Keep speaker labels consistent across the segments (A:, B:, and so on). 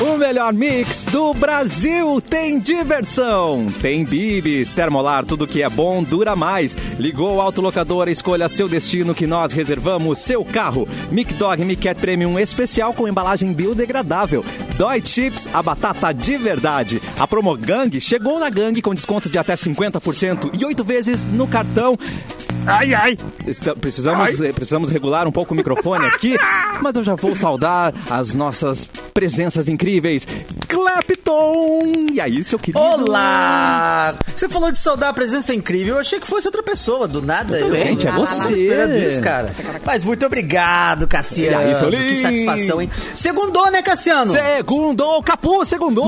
A: O melhor mix do Brasil tem diversão. Tem bibis, termolar, tudo que é bom dura mais. Ligou o autolocador, escolha seu destino que nós reservamos seu carro. Mic Dog Mic Cat Premium especial com embalagem biodegradável. Dói Chips, a batata de verdade. A promo Gang chegou na Gang com descontos de até 50% e oito vezes no cartão.
B: Ai, ai.
A: Esta- Precisamos, eh, precisamos regular um pouco o microfone aqui, mas eu já vou saudar as nossas presenças incríveis. Clapton! E aí, seu querido?
C: Olá! Você falou de saudar a presença incrível. Eu achei que fosse outra pessoa, do nada. Eu
A: também, é
C: eu não tava
A: você.
C: esperando isso, cara. Mas muito obrigado, Cassiano.
A: E aí, seu
C: que
A: lindo.
C: satisfação, hein? Segundou, né, Cassiano?
A: Segundo! Capu, segundo!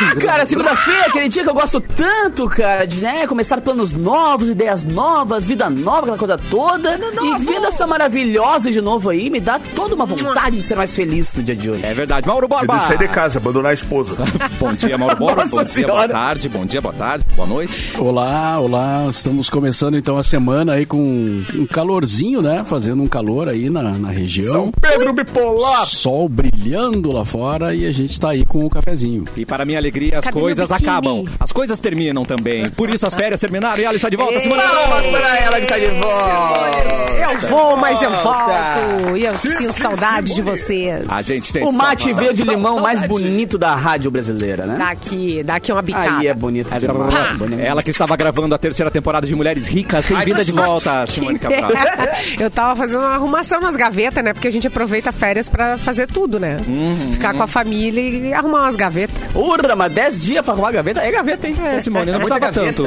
B: Ah, cara, segunda-feira, aquele dia que eu gosto tanto, cara, de né, começar planos novos, ideias novas, vida nova, aquela coisa toda. E vendo essa maravilhosa de novo aí, me dá toda uma vontade de ser mais feliz no dia de hoje.
A: É verdade, Mauro Borba!
D: Ele sair de casa, abandonar a esposa.
A: Bom dia, Mauro Borba. Bom
B: Nossa
A: dia, boa
B: Senhora.
A: tarde, bom dia, boa tarde, boa noite.
E: Olá, olá. Estamos começando então a semana aí com um calorzinho, né? Fazendo um calor aí na, na região.
D: Pedro Bipolar!
E: Sol brilhando lá fora e a gente tá aí com o cafezinho.
A: E para minha alegria, as
F: Cabelo
A: coisas
F: biquíni.
A: acabam. As coisas terminam também. Por isso as férias terminaram e ela está de volta semana que
B: Palmas
A: vem.
B: para ela que está de volta.
F: Eu vou, mas eu
C: Volta.
F: volto. E eu sinto saudade de vocês.
A: A gente tem
B: O mate
A: saudade.
B: verde limão mais bonito da rádio brasileira,
F: Tá
B: né?
F: Daqui, daqui uma bicada.
B: Aí é bonito. demais. Bonito.
A: Ela que estava gravando a terceira temporada de Mulheres Ricas, tem vinda de volta, Simone Cabral.
F: É. Eu tava fazendo uma arrumação nas gavetas, né? Porque a gente aproveita férias pra fazer tudo, né?
B: Uhum.
F: Ficar com a família e arrumar umas gavetas.
B: Urra, mas 10 dias pra arrumar a gaveta? É gaveta, hein?
A: É, Simone, não precisava tanto.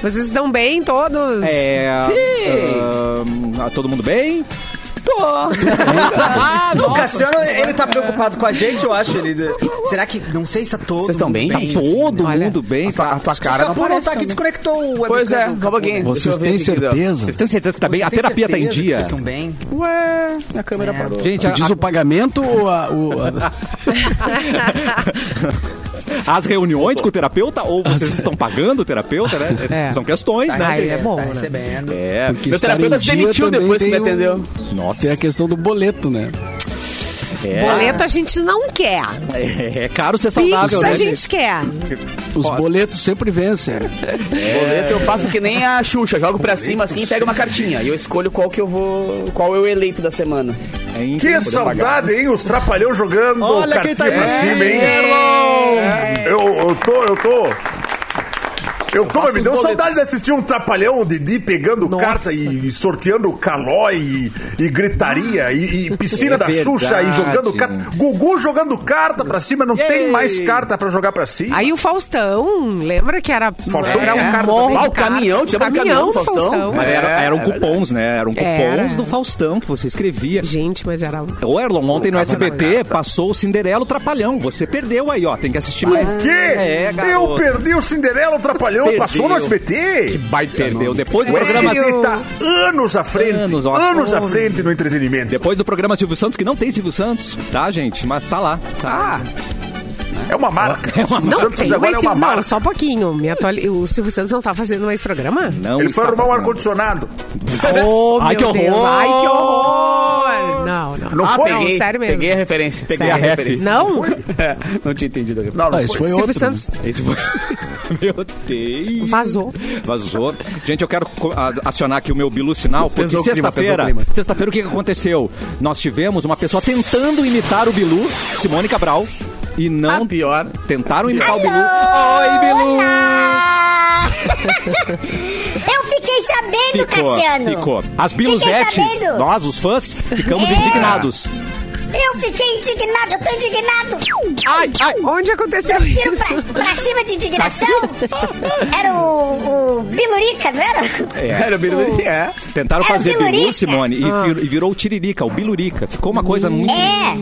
F: Vocês estão bem todos?
A: É,
B: Sim.
A: ah, todo mundo bem?
C: O Cassiano, ele tá preocupado com a gente, eu acho. Ele... Será que. Não sei se tá todo.
B: Vocês estão bem?
C: mundo
B: Tá
A: todo
F: olha.
A: mundo bem? Tá,
B: A tua
C: O
B: cara não
C: Capu não
B: parece
C: tá aqui,
B: também.
C: desconectou o webcam
B: Pois é,
C: do
B: calma aqui.
E: Vocês têm certeza?
A: Vocês têm certeza que tá bem? A
C: Tem
A: terapia tá em
C: certeza que
A: dia.
C: Vocês estão bem? É.
B: Ué, a câmera
F: É.
B: parou.
A: Gente,
E: Tu
A: a-
E: diz o pagamento ou a. o- a-
A: a- as reuniões com o terapeuta, ou vocês estão pagando o terapeuta, né?
F: É.
A: São questões,
F: Aí
A: né?
F: é bom,
C: Tá
F: né?
C: recebendo.
A: É.
E: Porque
B: Meu
E: estar
B: terapeuta
E: em
B: se
E: dia
B: demitiu
E: também
B: depois que me
E: tem um- o-
B: atendeu.
A: Nossa,
E: Tem a questão do boleto, né?
A: é,
F: Boleto a gente não quer.
A: é, é caro ser saudável,
F: Pix
A: né?
F: a gente quer.
E: Os boletos sempre vencem.
B: Boleto eu faço que nem a Xuxa, jogo pra cima assim e pego uma cartinha. E eu escolho qual que eu vou. qual eu eleito da semana.
A: É incrível
D: Que
A: poder pagar.
D: saudade, hein? Os trapalhão jogando
A: Olha quem
D: cartinha pra
A: tá aí. É.
D: cima, hein? Eu, eu tô, eu tô. Eu tô, mas me
B: os
D: deu
B: boletos.
D: saudade de assistir um trapalhão, o Didi pegando carta e, e sorteando caló e, e gritaria e, e piscina
A: É
D: da Xuxa e
A: verdade. né?
D: jogando carta. Gugu jogando carta pra cima, não tem mais carta pra jogar pra cima.
F: Aí o Faustão, lembra que era,
D: Faustão
F: era
D: tinha
F: um
D: cara
F: morro
B: também.
F: de
B: Ah, o caminhão,
F: carta.
B: tinha
F: o
B: mais
F: caminhão do Faustão.
A: Mas era-
B: É,
A: eram
B: é
A: cupons, né? Eram cupons
F: Era.
A: do Faustão que você escrevia.
F: Gente, mas era...
A: Ô, Erlon, ontem no SBT passou o Cinderelo Trapalhão. Você perdeu aí, ó. Tem que assistir mais.
D: O quê?
A: É, garoto.
D: eu perdi o Cinderela, o trapalhão,
A: Perdeu.
D: passou no SBT.
A: Vai, perdeu. Depois do
D: O
A: programa...
F: Sério?
D: SBT tá anos à frente.
A: Anos,
D: Anos,
A: ó.
D: à frente no entretenimento.
A: Depois do programa Silvio Santos, que não tem Silvio Santos, tá, gente? Mas tá lá. Tá.
F: Ah.
D: É uma marca.
F: Não
D: Santos
F: tem
D: agora
F: mais
D: é
F: Silvio...
D: uma
F: Não,
D: marca.
F: só um pouquinho. Me atuali... O Silvio Santos não tá fazendo mais programa?
A: Não
D: Ele foi
A: está
D: arrumar um
A: fazendo.
D: ar-condicionado.
F: Oh,
A: Ai, que
F: meu Deus.
A: horror!
F: Ai, que horror! Não, não.
D: Não foi?
F: Não,
B: peguei,
F: sério mesmo.
B: Peguei a referência.
A: Peguei a
F: Sério.
A: referência.
F: Não?
B: É, não tinha entendido a referência.
D: Não, não
E: Ah, isso foi
D: foi.
E: outro.
F: Silvio Santos
A: Esse foi... Meu Deus.
F: vazou.
A: Vazou. Gente, eu quero co- a- acionar aqui o meu bilu sinal, porque
B: Pesou o clima,
A: sexta-feira,
B: pesou o clima.
A: sexta-feira o que que aconteceu? Nós tivemos uma pessoa tentando imitar o bilu, Simone Cabral, e não
B: Ah, pior.
A: tentaram imitar o bilu. Oi, bilu.
G: Eu fiquei sabendo,
A: Ficou,
G: Cassiano.
A: ficou. As bilusetes,
G: Fiquei sabendo.
A: nós, os fãs, ficamos
G: É.
A: indignados.
G: Eu fiquei indignado, eu tô indignado.
F: Ai, ai, onde aconteceu
G: Eu tiro
F: isso?
G: pra, pra cima de indignação.
B: Tá
G: Era o, o Bilurica, não era?
B: Era o
G: Oh.
B: Birubiru. É.
A: Tentaram
G: Era
A: fazer
G: bilurica.
A: bilu, Simone, e,
B: Ah.
A: vir- e virou o tiririca, o bilurica. Ficou uma coisa muito...
G: É,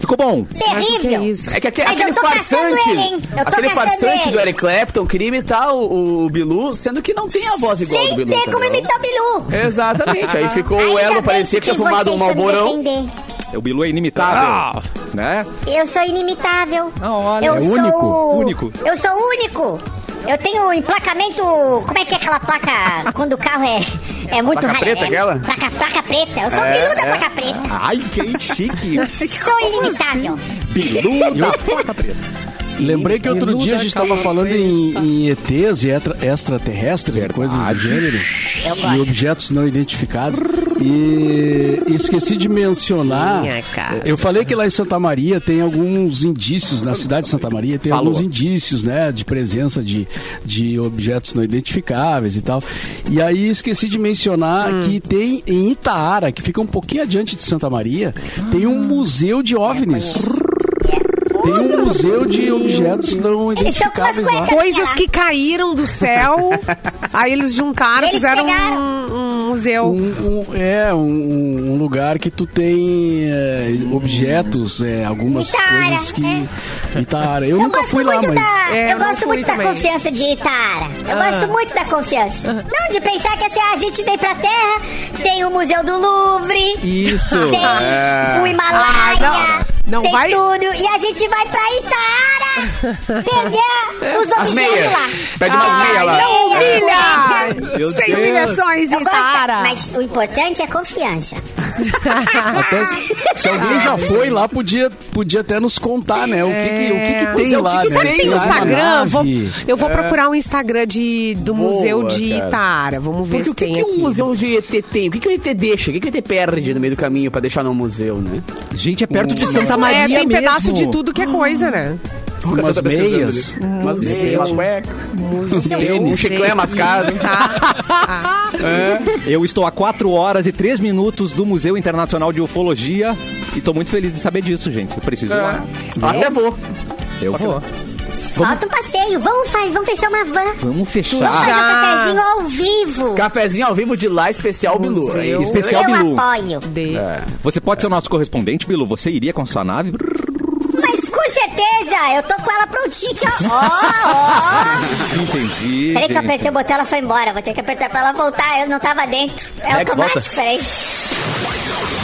A: Ficou bom.
F: Mas o que é
G: terrível.
F: isso?
B: É que aque-
G: Mas
B: aquele
G: eu tô caçando
B: farsante.
G: ele, hein? Eu tô
B: aquele
G: caçando
B: farsante
G: ele.
B: do Eric Clapton queria imitar o, o Bilu, sendo que não tem a voz igual do
G: Sem
B: Bilu.
G: ter
B: tá
G: como
B: ligado?
G: imitar o Bilu.
B: Exatamente. Aí ficou o
G: Ainda
B: Erlon,
G: bem
B: parecia que tinha fumado um
G: vocês vão me
B: malborão.
G: defender.
A: O bilu é inimitável, né?
B: Ah.
G: Eu sou inimitável.
A: Ah, olha,
G: eu
A: é
G: sou...
A: único, único.
G: Eu sou único. Eu tenho um emplacamento. Como é que é aquela placa quando o carro é, é muito
B: Placa
G: raro?
B: preta,
G: é,
B: aquela?
G: Placa, placa preta. Eu sou
A: É,
G: peluda
A: é.
G: placa preta.
A: Ai, que chique.
G: Sou inimitável.
F: Tá
A: Peluda, placa preta.
E: Lembrei que outro dia a gente estava falando em, em ETs e etra- extraterrestres e coisas do
F: É
E: gênero.
G: Eu
E: E
G: gosto.
E: objetos não identificados. E esqueci de mencionar.
F: Minha cara.
E: Eu falei que lá em Santa Maria tem alguns indícios, na cidade de Santa Maria tem
B: Falou.
E: alguns indícios, né? De presença de, de objetos não identificáveis e tal. E aí esqueci de mencionar
F: Hum.
E: que tem em Itaara, que fica um pouquinho adiante de Santa Maria, tem
F: Ah.
E: um museu
F: É,
E: de OVNIs. Tem um museu de objetos não
G: Eles estão com umas
E: identificáveis lá.
G: cuecas.
F: Coisas que caíram do céu, aí eles juntaram,
G: Eles
F: fizeram
G: pegaram.
F: um, um museu.
E: Um- um- é um- um, um lugar que tu tem é, objetos, é, algumas
G: Itara, né?
E: coisas que. Itara. Eu,
G: Eu
E: nunca
G: gosto
E: fui lá,
G: muito
E: mas.
G: da.
F: É,
G: eu
F: eu não
G: gosto
F: fui
G: muito da
F: também. Ah.
G: confiança de Itara. Eu gosto muito da confiança. Não, de pensar que assim, ah, a gente vem pra terra, tem o Museu do Louvre,
A: Isso.
G: tem o Himalaia,
F: Ah, não. Não
G: tem
F: vai-
G: tudo. E a gente vai pra Itara perder os
B: As
G: objetos
B: meias.
G: lá.
B: Pede umas meias lá.
F: Não
G: Humilha!
A: Meu
F: humilha! Sem
A: Deus.
F: humilhações,
G: Eu gosto,
F: Itara.
G: mas o importante é confiança.
E: Até se, se alguém já foi lá, podia, podia até nos contar, né? O que, que, o que, que tem
F: Museu,
E: lá,
F: que que
E: né?
F: Sabe que É. tem
E: lá uma
F: Instagram? Vou-
E: nave.
F: eu vou procurar um Instagram de, do Museu de
A: cara.
F: Itaara. Vamos ver
B: Porque
F: se
B: o que,
F: tem
B: que
F: aqui.
B: um museu de ET tem? O que, que o ET deixa? O que, que o ET perde no meio do caminho pra deixar no museu, né?
A: Gente, é perto de
F: É,
A: Santa
F: tem
A: mesmo.
F: pedaço de tudo que é coisa, né?
E: Um, Umas
B: Você tá pesquisando
E: meias.
B: ali. Umas
E: Museu.
B: meias, uma cueca.
F: Museu.
B: Um chiclete mascado.
F: tá?
A: Eu estou a 4 horas e 3 minutos do Museu Internacional de Ufologia e estou muito feliz de saber disso, gente. Eu preciso ir lá.
B: Eu Até vou.
A: Eu vou.
G: Falta um passeio. Vamos, faz, vamos fechar uma van.
A: Vamos
G: Vamos
A: fechar.
G: fazer um
F: Já.
G: cafezinho ao vivo.
B: Cafezinho ao vivo de lá, especial Bilu. É isso.
A: Especial
G: eu
A: Bilu.
G: apoio.
F: De...
A: Você pode ser o nosso correspondente, Bilu? Você iria com a sua nave?
G: Mas com certeza, eu tô com ela prontinha aqui, ó. Ó, ó.
A: Entendi.
G: Peraí que
A: gente.
G: eu apertei o botão, ela foi embora. Vou ter que apertar pra ela voltar, eu não tava dentro. É
B: Alex,
G: automático,
B: volta.
G: peraí.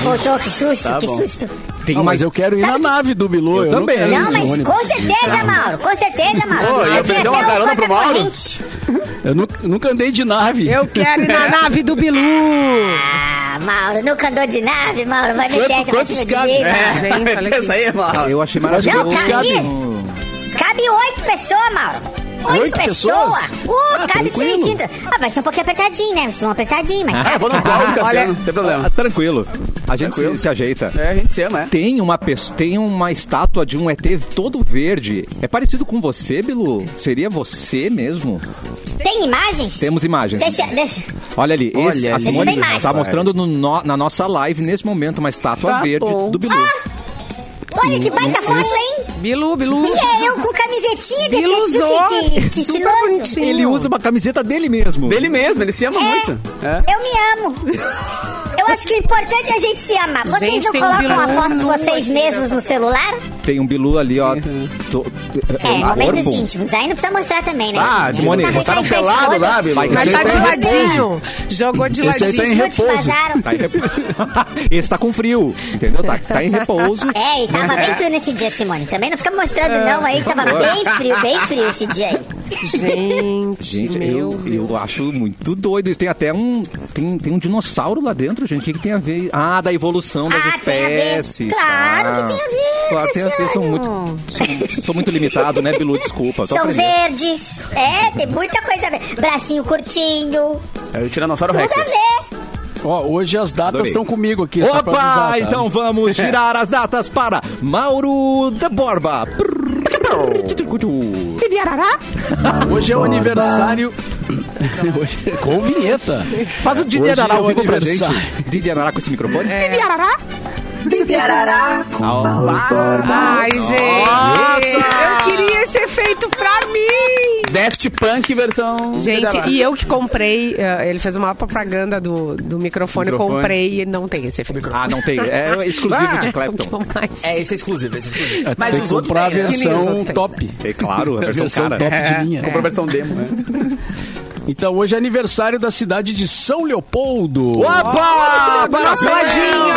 G: Voltou, que susto, que susto.
A: Tem mais
E: Ah,
B: um.
E: mas eu quero ir na nave do Bilô. Eu,
A: também.
E: Não, quero ir
G: Não,
E: de
G: mas
E: ônibus.
G: com certeza, Mauro, com certeza,
B: Ô, ia
G: Mauro. Eu tenho
B: oferecer uma
G: até um
B: carona pro Mauro?
G: corta-corrente.
E: Eu nunca, nunca andei de nave.
F: Eu quero ir na nave do Bilu.
G: Ah, Mauro, nunca andou de nave, Mauro. Vai meter
E: Quanto-
G: essa pra
E: quantos
G: cima de
E: cabe?
G: mim, Mauro.
B: É,
F: Gente, olha aqui.
B: pensa aí, mano.
A: Eu achei
E: Mas
A: maravilhoso.
E: quantos
G: Não, cabe.
E: cabem?
G: Cabe oito pessoas, Mauro. Oito,
E: Oito
G: pessoas?
E: pessoas?
G: Uh,
E: Ah,
G: cabe
E: tranquilo.
G: direitinho. Ah, vai ser um pouquinho apertadinho, né? Vai ser um apertadinho, mas...
B: É, vou no colo, Cassiano,
F: olha-
B: não tem problema.
A: Ah, Tranquilo. A gente se, se ajeita.
B: É, a gente se ama, é.
A: Tem uma pessoa, tem uma estátua de um ET todo verde. É parecido com você, Bilu? Seria você mesmo?
G: Tem imagens?
A: Temos imagens.
G: Deixa, deixa.
A: Olha ali, esse, a
G: ali.
A: Simone
G: Tem mais.
A: está mostrando no no- na nossa live nesse momento uma estátua
B: Tá
A: verde
B: bom.
A: do Bilu.
G: Ah, Olha que baita foto, hein?
F: Bilu, Bilu.
G: E é eu com camisetinha de
F: Bilusou.
G: que, que, que, que
F: Super
G: estiloso.
F: bonitinho.
A: Ele usa uma camiseta dele mesmo.
B: Dele mesmo, ele se ama muito. É.
G: Eu me amo. Eu acho que o importante é a gente se amar. Vocês
F: Gente,
G: não
F: tem um
G: colocam
F: Bilu
G: a foto de
F: nu
G: vocês
F: aqui
G: mesmos
F: nessa-
G: no celular?
A: Tem um Bilu ali, ó. Tô-
G: É,
A: um
G: momentos
A: corpo.
G: íntimos. Aí não precisa mostrar também, né?
B: Ah,
G: gente?
A: Simone,
G: Não tá
B: botaram
G: com a gente
B: pelado
G: olho.
B: lá, Bilu.
A: Vai,
F: Mas
A: Esse
F: tá
A: aí
F: de
A: tá em
F: ladinho. Jogou de
E: Esse aí tá em
F: ladinho.
G: Os nudes
E: repouso.
G: vazaram.
A: Tá em rep- Esse tá com frio, entendeu? Tá, tá em repouso.
G: É, e tava bem frio nesse dia, Simone. Também não fica mostrando, não, aí que tava bem frio, bem frio esse dia aí.
F: Gente,
A: Gente,
F: meu
A: eu, eu acho muito doido. isso. Tem até um. Tem, tem um dinossauro lá dentro, gente. O que, que tem a ver? Ah, da evolução das
G: Ah, tem a ver.
A: espécies.
G: Claro
A: tá.
G: que tem a ver,
A: Claro, tem a ver. Sou muito,
G: Cassiano.
A: sou, sou muito limitado, né, Bilu? Desculpa. Só
G: São verdes. É, tem muita coisa a ver. Bracinho curtinho.
B: É o Tiranossauro
G: Tudo
B: Rex.
G: a ver.
E: Ó, hoje as datas
A: Adorei.
E: estão comigo aqui. só pra
A: Opa!
E: avisar, tá?
A: Então vamos girar as datas para Mauro da Borba.
E: Hoje é o aniversário. Hoje é- Com vinheta.
A: Faz o Didi Arará
E: Hoje é
A: ao
E: o
A: vivo pra gente.
E: aniversário.
A: Didi Arará com esse microfone?
G: É.
F: Ai, gente. Eu queria esse efeito pra mim.
B: Daft Punk versão...
F: Gente,
B: Guidará.
F: e eu que comprei, eh, ele fez uma propaganda do, do microfone, eu
B: Microfone.
F: comprei e não tem esse efeito.
A: Ah, não tem. É exclusivo
F: Ah,
A: de
F: o que
A: Clapton.
F: eu mais-
C: É, esse é exclusivo, esse é exclusivo. Mas
E: Tem que
C: os outros
E: comprar a
C: têm, né?
F: Que nem os
E: versão
F: outros têm.
E: top.
A: É claro, a versão
E: Versão
A: cara.
E: top de linha.
B: Comprou a versão demo, né?
E: Então hoje é aniversário da cidade de São Leopoldo.
A: Opa!
F: Ladinho!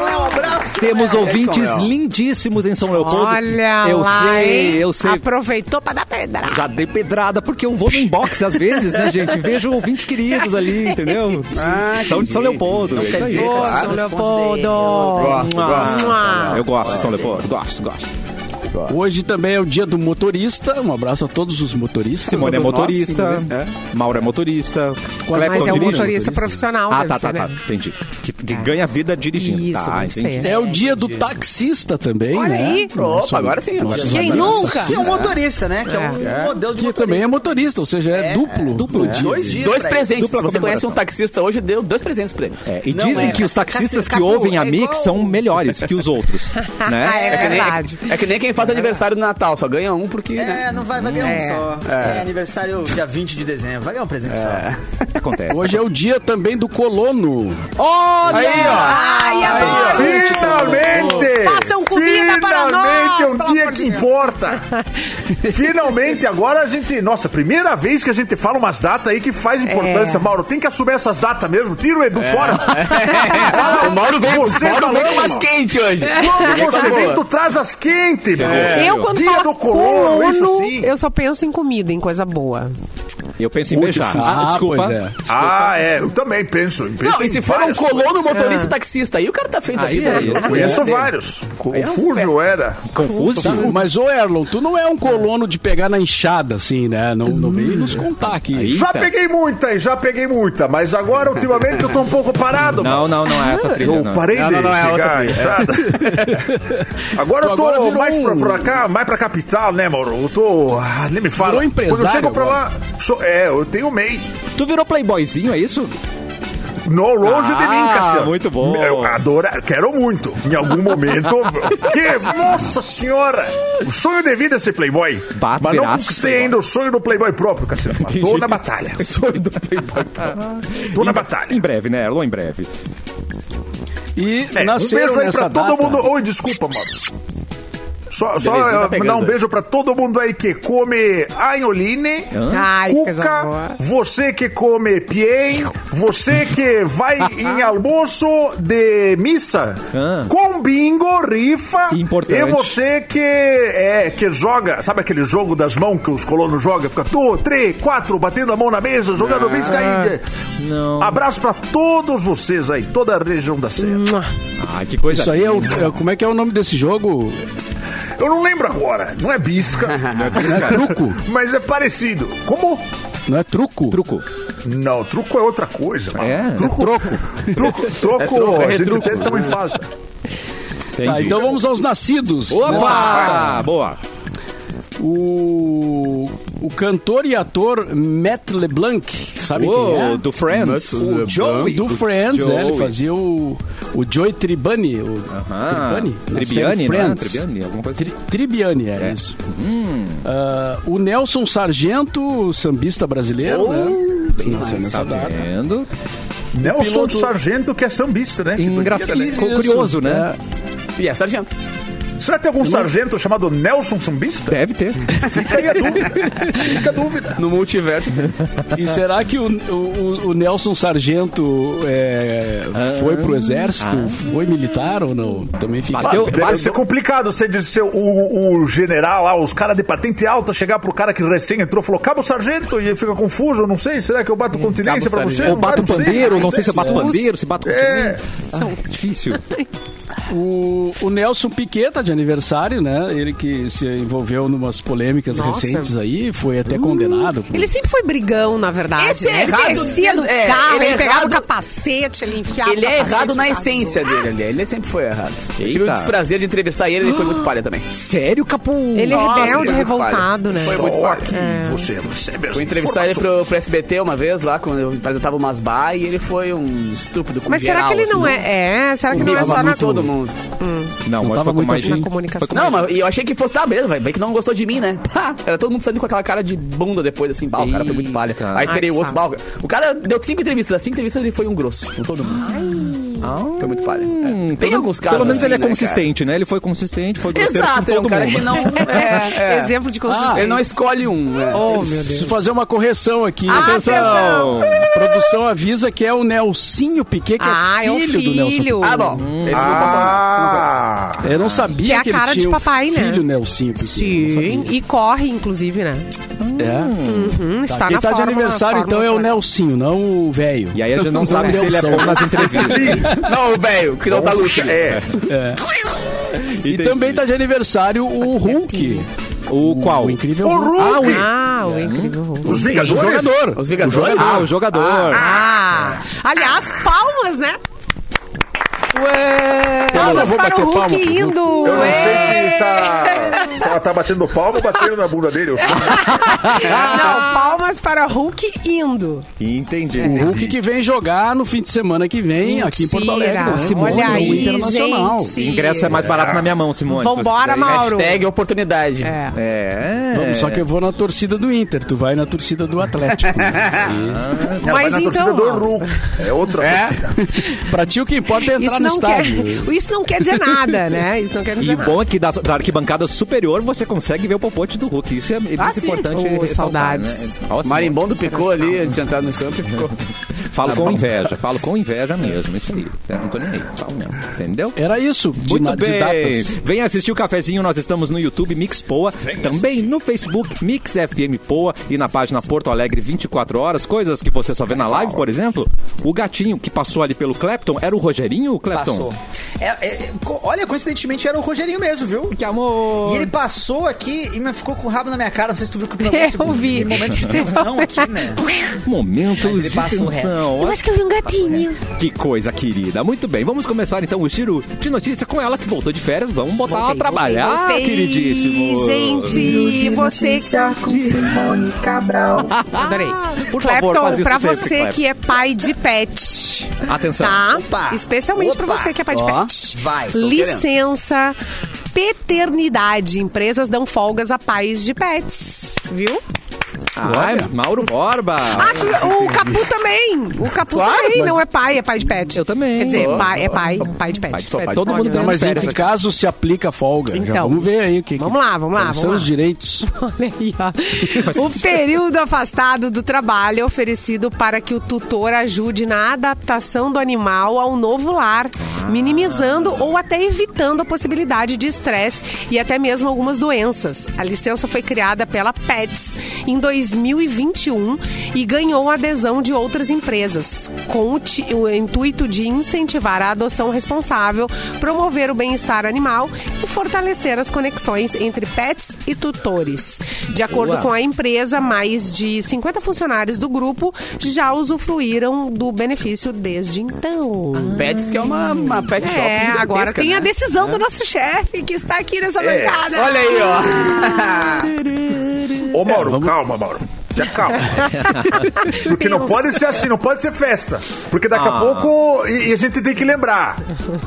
C: um abraço.
A: Temos ouvintes
E: Leopoldo.
A: lindíssimos em São Leopoldo.
F: Olha
A: eu
F: lá,
A: sei,
F: hein?
A: eu sei.
F: Aproveitou pra dar pedra.
A: Já dei pedrada, porque eu vou no inbox às vezes, né, gente? Vejo ouvintes queridos ali, entendeu? São de São Leopoldo. é isso aí.
F: Ô, São Leopoldo.
A: Gosto,
F: gosto.
A: gosto. Eu gosto de São Leopoldo, gosto, gosto.
E: Hoje também é o dia do motorista. Um abraço a todos os motoristas.
A: Simone é
E: Todos nós,
A: motorista,
E: inclusive. É.
A: Mauro é motorista, Clepton
F: Mas é um
A: dirige?
F: motorista profissional,
A: Ah,
F: deve
A: tá,
F: ser,
A: tá, tá.
F: né?
A: Entendi. Que, que ganha vida dirigindo.
F: Isso,
A: tá,
F: deve
A: entendi.
F: ser.
E: É o dia do taxista também,
F: Olha
E: né?
F: aí.
E: Nosso-
B: Opa, agora sim, agora
E: nossos
B: sim.
C: Quem
E: amigos
C: nunca? Que é um
E: taxistas,
C: motorista, né? Que é um modelo
E: né?
C: de
E: que
C: motorista.
E: também é motorista, ou seja, é, duplo. Duplo
C: dia. Dois dias.
B: Dois
C: pra ele.
B: presentes.
A: Dupla
B: Se você conhece
A: comemoração.
B: um taxista hoje, deu dois presentes pra ele.
A: É, e
C: Não
A: dizem
C: é,
A: que os
C: mas
A: taxistas que
C: cacete,
A: ouvem a
C: Capu, é
A: Mix
C: igual-
A: são melhores que os outros,
F: Ah,
A: né?
F: é
B: que nem-
F: verdade.
B: é que nem quem faz aniversário no Natal, só ganha um porque, né?
C: É, não vai, vai ganhar
F: É.
C: um só. É. aniversário dia 20 de dezembro. Vai ganhar um presente só.
A: Acontece.
E: Hoje é o dia também do colono.
A: Olha!
F: Ai, adoro!
D: Finalmente!
F: Façam comida para
D: Finalmente
F: nós,
D: é um
F: pelo
D: dia
F: amor de
D: que
F: Deus.
D: importa! Finalmente, agora a gente. Nossa, primeira vez que a gente fala umas datas aí que faz importância,
F: É.
D: Mauro. Tem que assumir essas datas mesmo. Tira o Edu fora.
F: É.
B: o Mauro veio,
D: Você
B: o Mauro
D: falou,
B: veio com umas
D: mano.
B: quentes hoje.
D: Quando você
B: Acabou.
D: vem, tu traz as quentes, meu.
F: É. Eu, quando
D: Dia
F: falo
D: do
E: um
D: colono, isso
F: colono,
E: assim?
D: sim.
F: eu só penso em comida, em coisa boa.
A: Eu penso em beijar. Ah, desculpa.
E: pois é.
D: Ah, é, eu também penso. penso
B: Não, e
D: em
B: se for um
D: várias
B: colono, motorista e taxista, aí o cara tá feito
A: Aí,
B: aqui,
E: é.
B: né?
A: aí,
D: coisas. Conheço vários. é Confúgio era.
A: Confuso?
E: Tá, mas, ô Erlon, tu não é um colono de pegar na enxada, assim, né? Não, não vem nos contar aqui.
A: Aí.
D: Já
A: Eita.
D: peguei muita, hein? já peguei muita, mas agora ultimamente eu tô um pouco parado. mano.
A: Não, não, não é essa trilha,
D: Eu
A: não.
D: parei
B: Não,
D: de
B: não, não, é outra
D: pegar
B: trilha.
D: enxada. agora eu
E: Tu
D: tô
E: agora virou
D: mais pra,
E: um-
D: pra cá, mais pra capital, né, Mauro? Eu tô. ah, Nem me fala.
E: Virou
D: Quando eu
E: empresário
D: chego pra
E: agora.
D: lá. sou- é, eu tenho MEI.
A: Tu virou playboyzinho, é isso?
D: No, longe de mim,
A: Ah,
D: Cassiano.
A: muito bom.
D: Eu adoro, quero muito. Em algum momento. que? Nossa senhora! O sonho de vida é ser playboy.
A: Bah,
D: mas não
A: viraço
D: conquistei
A: playboy.
D: ainda o sonho do playboy próprio, Cassiano. Mas Tô
A: Entendi.
D: na batalha.
A: Sonho do playboy.
D: Tô na batalha.
A: Em breve, né, Erlon? Em breve.
E: E
D: É, um
E: nasceram
D: beijo aí
E: nessa
D: pra
E: data.
D: todo mundo. Oi, desculpa, mano. Só, só
B: Belezinha, tá
D: eh, mandar
B: pegando
D: um
B: aí.
D: beijo pra todo mundo aí que come anholine,
F: Ai, que coisa
D: cuca,
F: boa.
D: você que come pien, você que vai em almoço de missa,
A: Ah.
D: com bingo, rifa,
A: Importante.
D: e você que é que joga, sabe aquele jogo das mãos que os colonos jogam? Fica tu, três, quatro, batendo a mão na mesa, jogando
E: Ah,
D: bisca aí.
A: Não.
D: Abraço pra todos vocês aí, toda a região da Serra.
A: Ah, que coisa.
E: Isso aí é o. é- como é que é o nome desse jogo?
D: Eu não lembro agora. Não é bisca. não é
E: Não é truco?
D: Mas é parecido. Como?
E: Não é truco?
A: Truco.
D: Não, truco é outra coisa. mano.
A: É?
D: truco, troco. Truco, troco,
B: troco, é
D: a gente
B: retruco.
D: até um também falta.
A: Entendi.
E: Tá, então vamos aos nascidos. Né? Nessa-
A: Opa! Boa.
E: O, o cantor e ator Matt LeBlanc, sabe
A: Uou,
E: quem é?
A: do Friends.
E: Matt
A: O
E: LeBlanc.
A: Joey.
E: Do Friends,
A: Joey.
E: é, ele fazia o, o Joey Tribani. O,
A: Ah,
E: Tribani? Na série
A: Tribiani, né?
E: Friends.
A: Tribiani, alguma coisa assim.
E: Tri- Tribiani, é, isso. Ah, o Nelson Sargento, sambista brasileiro, né? Nasceu nessa
A: Tá
E: data.
A: vendo?
D: Nelson
E: piloto-
D: Sargento que é sambista, né? Que
A: Engraçado.
D: doideira, né?
A: Cu- Curioso, né?
E: É.
B: E é sargento.
D: Será que tem algum sargento chamado Nelson Sambista?
A: Deve ter.
D: Fica aí a dúvida. Fica a dúvida.
B: No multiverso.
E: É. E será que o, o- o Nelson Sargento é, foi pro exército? Foi militar ou não? Também fica.
A: Bateu-
D: Deve
A: Mas
D: ser
A: É, eu-
D: complicado você dizer ser o, o general lá, os caras de patente alta, chegar pro cara que recém entrou e falou, cabo sargento, e ele fica confuso, não sei, será que eu
A: Hum,
D: bato continência pra você?
A: Ou
D: Eu
A: bato pandeiro, não sei se eu bato
F: Sus.
A: pandeiro, se bato...
D: É.
A: Ah, difícil.
E: O, o Nelson Piquet tá de aniversário, né? Ele que se envolveu numas polêmicas
F: Nossa.
E: recentes aí, foi até condenado.
F: Ele sempre foi brigão, na verdade.
B: Esse é
F: né? Ele
B: errado.
F: descia do
B: É,
F: carro,
B: ele
F: ele,
B: é
F: pegava
B: errado.
F: o capacete, ele enfiava
B: Ele
F: o
B: é
F: capacete
B: errado
F: no
B: na
F: carro dos
B: essência
F: outros.
B: dele ali. Ele sempre foi errado. Eu tive
A: Eita.
B: o desprazer de entrevistar ele, ele foi muito palha também.
A: Sério, Capu?
F: Ah. Ele é
B: Nossa,
F: rebelde,
B: ele é muito
F: revoltado, né?
B: Foi muito
D: Só
B: palha.
D: que você recebe as
B: Fui entrevistar ele pro, pro SBT uma vez lá, quando eu apresentava umas bar, e ele foi um estúpido com
F: Mas será
B: geral,
F: que ele
B: assim,
F: não é... É, será que
B: Comigo,
F: não é só
B: mas
F: na...
B: com todo mundo.
A: Não,
E: Não
A: mas foi
E: tava
A: com
E: muito
A: mais
E: afim.
A: gente.
F: na comunicação.
B: Não, mas eu achei que fosse, tá, beleza, vai ver que não gostou de mim, né? Pá, era todo mundo saindo com aquela cara de bunda depois, assim, bah, o cara foi muito palha. Aí
F: Ai,
B: esperei
F: que
B: o outro
F: saco.
B: balca. O cara deu cinco entrevistas, das cinco entrevistas ele foi um grosso com todo mundo. Foi muito palha. É. Tem
A: Hum, Pelo-
B: alguns casos.
A: Pelo menos
B: assim,
A: ele é
B: né, cara?
A: consistente, né? Ele foi consistente, foi grosseiro com
B: Exato,
A: todo
B: é um cara
A: mundo.
B: que não. é, é.
F: Exemplo de consistência.
B: Ah, ele não escolhe um. né?
F: Oh, meu Deus.
E: Preciso fazer uma correção aqui.
F: Ah, Atenção!
E: A produção avisa que é o Nelsinho Piquet, que
F: Ah,
E: é
F: é o
E: filho do Nelson Piquet.
F: filho.
B: Ah, bom. Esse não passa nada.
D: Ah,
E: Eu não sabia
F: Que é a
E: ele
F: cara de
E: tinha um
F: papai, né?
E: filho Nelsinho Piquet.
F: Sim, e corre, inclusive, né?
E: É.
F: Hum,
E: Tá,
F: está
E: quem
F: na
E: tá de
F: fórmula,
E: aniversário,
F: fórmula
E: então, é o
F: Sônica.
E: Nelsinho, não o velho.
A: E aí a gente não sabe
B: um
A: se ele é bom nas entrevistas.
B: Não, o velho, que não tá lúcido.
D: é.
E: E também tá de aniversário o Hulk.
A: O qual?
E: O incrível
D: O
E: Hulk.
D: Hulk!
F: Ah, o incrível Hulk.
D: Os Vingadores?
B: É
E: Jogador.
B: Os Vingadores.
A: Ah, o jogador.
F: Ah! Aliás, palmas, né?
B: Ué!
E: Eu não
F: Palmas
E: vou
F: para
E: bater
F: o Hulk
E: palma pro Hulk.
F: indo!
D: Eu não
F: Ué!
D: sei se, tá, se ela tá batendo palma ou batendo na bunda dele. Eu sei.
E: Ah.
F: Não, palmas para o Hulk indo.
A: Entendi.
E: O Hulk que vem jogar no fim de semana que vem aqui em Porto Alegre.
F: Mentira.
E: na Simone,
F: Olha
E: no
F: aí,
E: Internacional.
A: O
F: gente.
A: ingresso é mais barato na minha mão, Simone.
F: Vambora,
A: Você- daí-
F: Mauro.
B: Hashtag oportunidade.
F: É.
A: É.
E: Vamos, só que eu vou na torcida do Inter, tu vai na torcida do Atlético. né?
D: Ela vai
F: Mas
D: na
F: então,
D: torcida do
F: ó.
D: Hulk. É outra torcida.
E: pra ti o que importa é entrar
F: Isso
E: no
F: não, quer,
E: estádio.
F: isso não quer dizer nada, né? Isso não quer dizer
A: E
F: nada.
A: bom é que da, da arquibancada superior você consegue ver o popote do Hulk. Isso é, é muito
B: Ah, sim.
A: importante.
F: Oh,
A: ressaltar,
F: saudades.
A: Né? Ó, Simone,
B: Marimbondo Tá picou ali antes de entrar no campo e ficou.
A: Falo com inveja. Falo com inveja mesmo. Isso aí. Eu não tô nem aí. Falo mesmo. Entendeu?
E: Era isso, de,
A: Muito
E: na- de
A: bem.
E: datas.
A: Vem assistir o cafezinho. Nós estamos no YouTube Mix Poa, também no Facebook Mix FM Poa e na página Porto Alegre 24 horas. Coisas que você só vê na live, por exemplo. O gatinho que passou ali pelo Clapton era o Rogerinho, o Clapton?
C: Passou. É, é, co- olha, coincidentemente era o Rogerinho mesmo, viu?
A: Que amor!
C: E ele passou aqui e me ficou com o rabo na minha cara. Não sei se tu viu que o
F: Eu vi.
C: Momento de tensão aqui, né? Mas
A: Momentos
C: ele
A: de
E: um
C: passou
A: tensão.
G: Eu acho que eu vi um gatinho.
A: Que coisa querida. Muito bem, vamos começar então o giro de notícia com ela que voltou de férias. Vamos botar ela a trabalhar,
F: Voltei,
A: Ah, queridíssimo.
F: Gente, você. Adorei.
A: Por favor, faz
F: Clapton,
A: isso
F: pra
A: sempre,
F: você
A: Clapton.
F: que é pai de pet.
A: Atenção.
F: Tá?
C: Opa.
F: Especialmente pra
C: Opa.
F: você que é pai de
B: Ó.
F: pet.
C: Vai, tô
F: Licença. Paternidade. Empresas dão folgas a pais de pets. Viu?
A: Ai, Mauro Borba.
F: Ah, que- o Capu também. O Capu também não é pai, é pai de pet.
A: Eu também.
F: Quer dizer,
A: Ó,
F: pai, é pai, pai de pet.
A: Pai de pet. Todo mundo
E: Não,
A: ganhando
E: mas em
A: férias
E: que
A: aqui.
E: caso se aplica a folga? Já
F: Então.
E: vamos ver aí o que que-
F: Vamos lá, vamos lá,
E: quais
F: vamos
E: são
F: lá.
E: os direitos.
F: Olha aí, ó. O período afastado do trabalho é oferecido para que o tutor ajude na adaptação do animal ao novo lar, minimizando ou até evitando a possibilidade de estresse e até mesmo algumas doenças. A licença foi criada pela Pets em 2021 e ganhou a adesão de outras empresas, com o, ti- o intuito de incentivar a adoção responsável, promover o bem-estar animal e fortalecer as conexões entre pets e tutores. De acordo com a empresa, mais de 50 funcionários do grupo já usufruíram do benefício desde então.
B: Pets, que é uma, uma pet shop.
F: É,
B: gigantesca,
F: agora tem
B: né? É,
F: a decisão do nosso chefe que está aqui nessa bancada.
B: Olha aí, ó. É,
D: Ô, Mauro, calma, Mauro. Já calma. Porque não pode ser assim, não pode ser festa. Porque daqui
B: Ah.
D: a pouco. E, e a gente tem que lembrar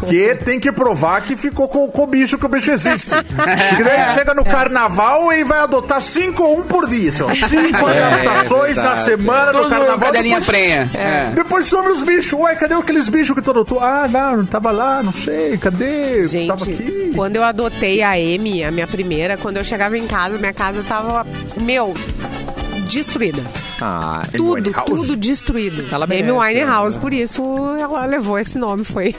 D: que tem que provar que ficou com, com o bicho, que o bicho existe. Porque
B: É.
D: daí chega no carnaval e vai adotar cinco ou um por dia. São cinco adaptações na semana
B: É, Todo
D: no
B: mundo
D: carnaval.
B: caderninha
D: depois-
B: prenha. É.
D: Depois some os bichos. Ué, cadê aqueles bichos que tu adotou? Ah, não, não tava lá, não sei. Cadê? tava
F: Gente,
D: aqui.
F: quando eu adotei a Amy, a minha primeira, quando eu chegava em casa, minha casa tava, meu, destruída.
A: Ah,
E: é
F: Tudo, tudo destruído.
A: Ela merece,
F: Amy Winehouse, por isso ela levou esse nome, foi,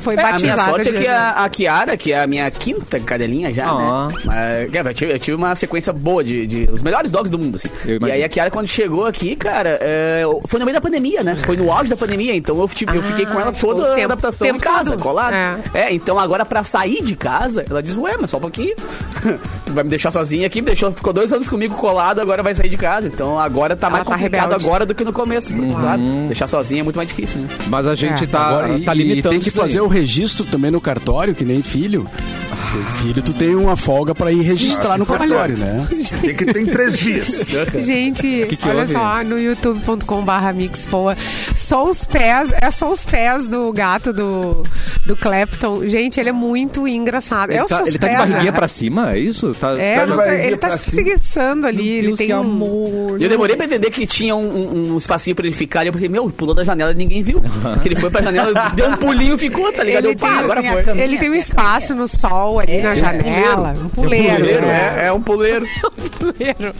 F: foi
B: A minha
F: batizada.
B: sorte é
F: de-
B: que a, a Kiara, que é a minha quinta cadelinha já,
A: Ó.
B: né? Mas, cara, eu, tive, eu tive uma sequência boa de, de- os melhores dogs do mundo, assim.
A: Eu imagino.
B: E aí a Kiara, quando chegou aqui, cara, é, foi no meio da pandemia, né? Foi no auge da pandemia, então eu, tive- eu fiquei com ela
F: ficou
B: toda
F: Ah, o
B: a
F: tempo-
B: adaptação
F: tempo
B: em casa,
F: todo.
B: colada. É. então agora pra sair de casa, ela diz, ué, mas só um pouquinho. Vai me deixar sozinha aqui, me deixou, ficou dois anos comigo colado, agora vai sair de casa. Então agora tá mais
F: tá
B: complicado
F: rebelde.
B: agora do que no começo.
A: Uhum.
B: Claro, deixar sozinha é muito mais difícil, né?
A: Mas a gente
F: É.
A: tá,
E: Agora, e-
A: tá
E: e
A: limitando.
E: tem que
A: isso aí.
E: fazer o registro também no cartório, que nem filho. Tem Filho, tu tem uma folga pra ir registrar no cartório, né?
D: Tem que ter três dias.
F: Gente,
A: que
F: olha
A: houve?
F: só, no youtube.com/barra mixpoa. Só os pés, é só os pés do gato do, do Clapton. Gente, ele é muito engraçado. é
A: Ele
F: os
A: tá,
F: seus
A: ele tá de
F: pés, né?
A: barriguinha pra cima, é isso? Tá,
F: É,
A: tá
F: não-
A: de barriguinha
F: ele tá
A: pra
F: se
A: cima.
F: espreguiçando ali.
A: Meu
F: ele
A: Deus,
F: tem
A: que
F: um.
A: amor.
B: E eu demorei pra entender que tinha um, um- um espacinho pra ele ficar. E eu pensei, meu, pulou da janela e ninguém viu. Porque ele foi pra janela, deu um pulinho e ficou, tá ligado?
F: Ele
B: Eu, pá,
F: tem-
B: agora
H: tem a
B: foi. É
H: cama.
F: Ele tem um espaço no sol ali na janela. Um puleiro.
B: Puleiro, né?
F: né?
B: é, é um puleiro.
F: Um puleiro.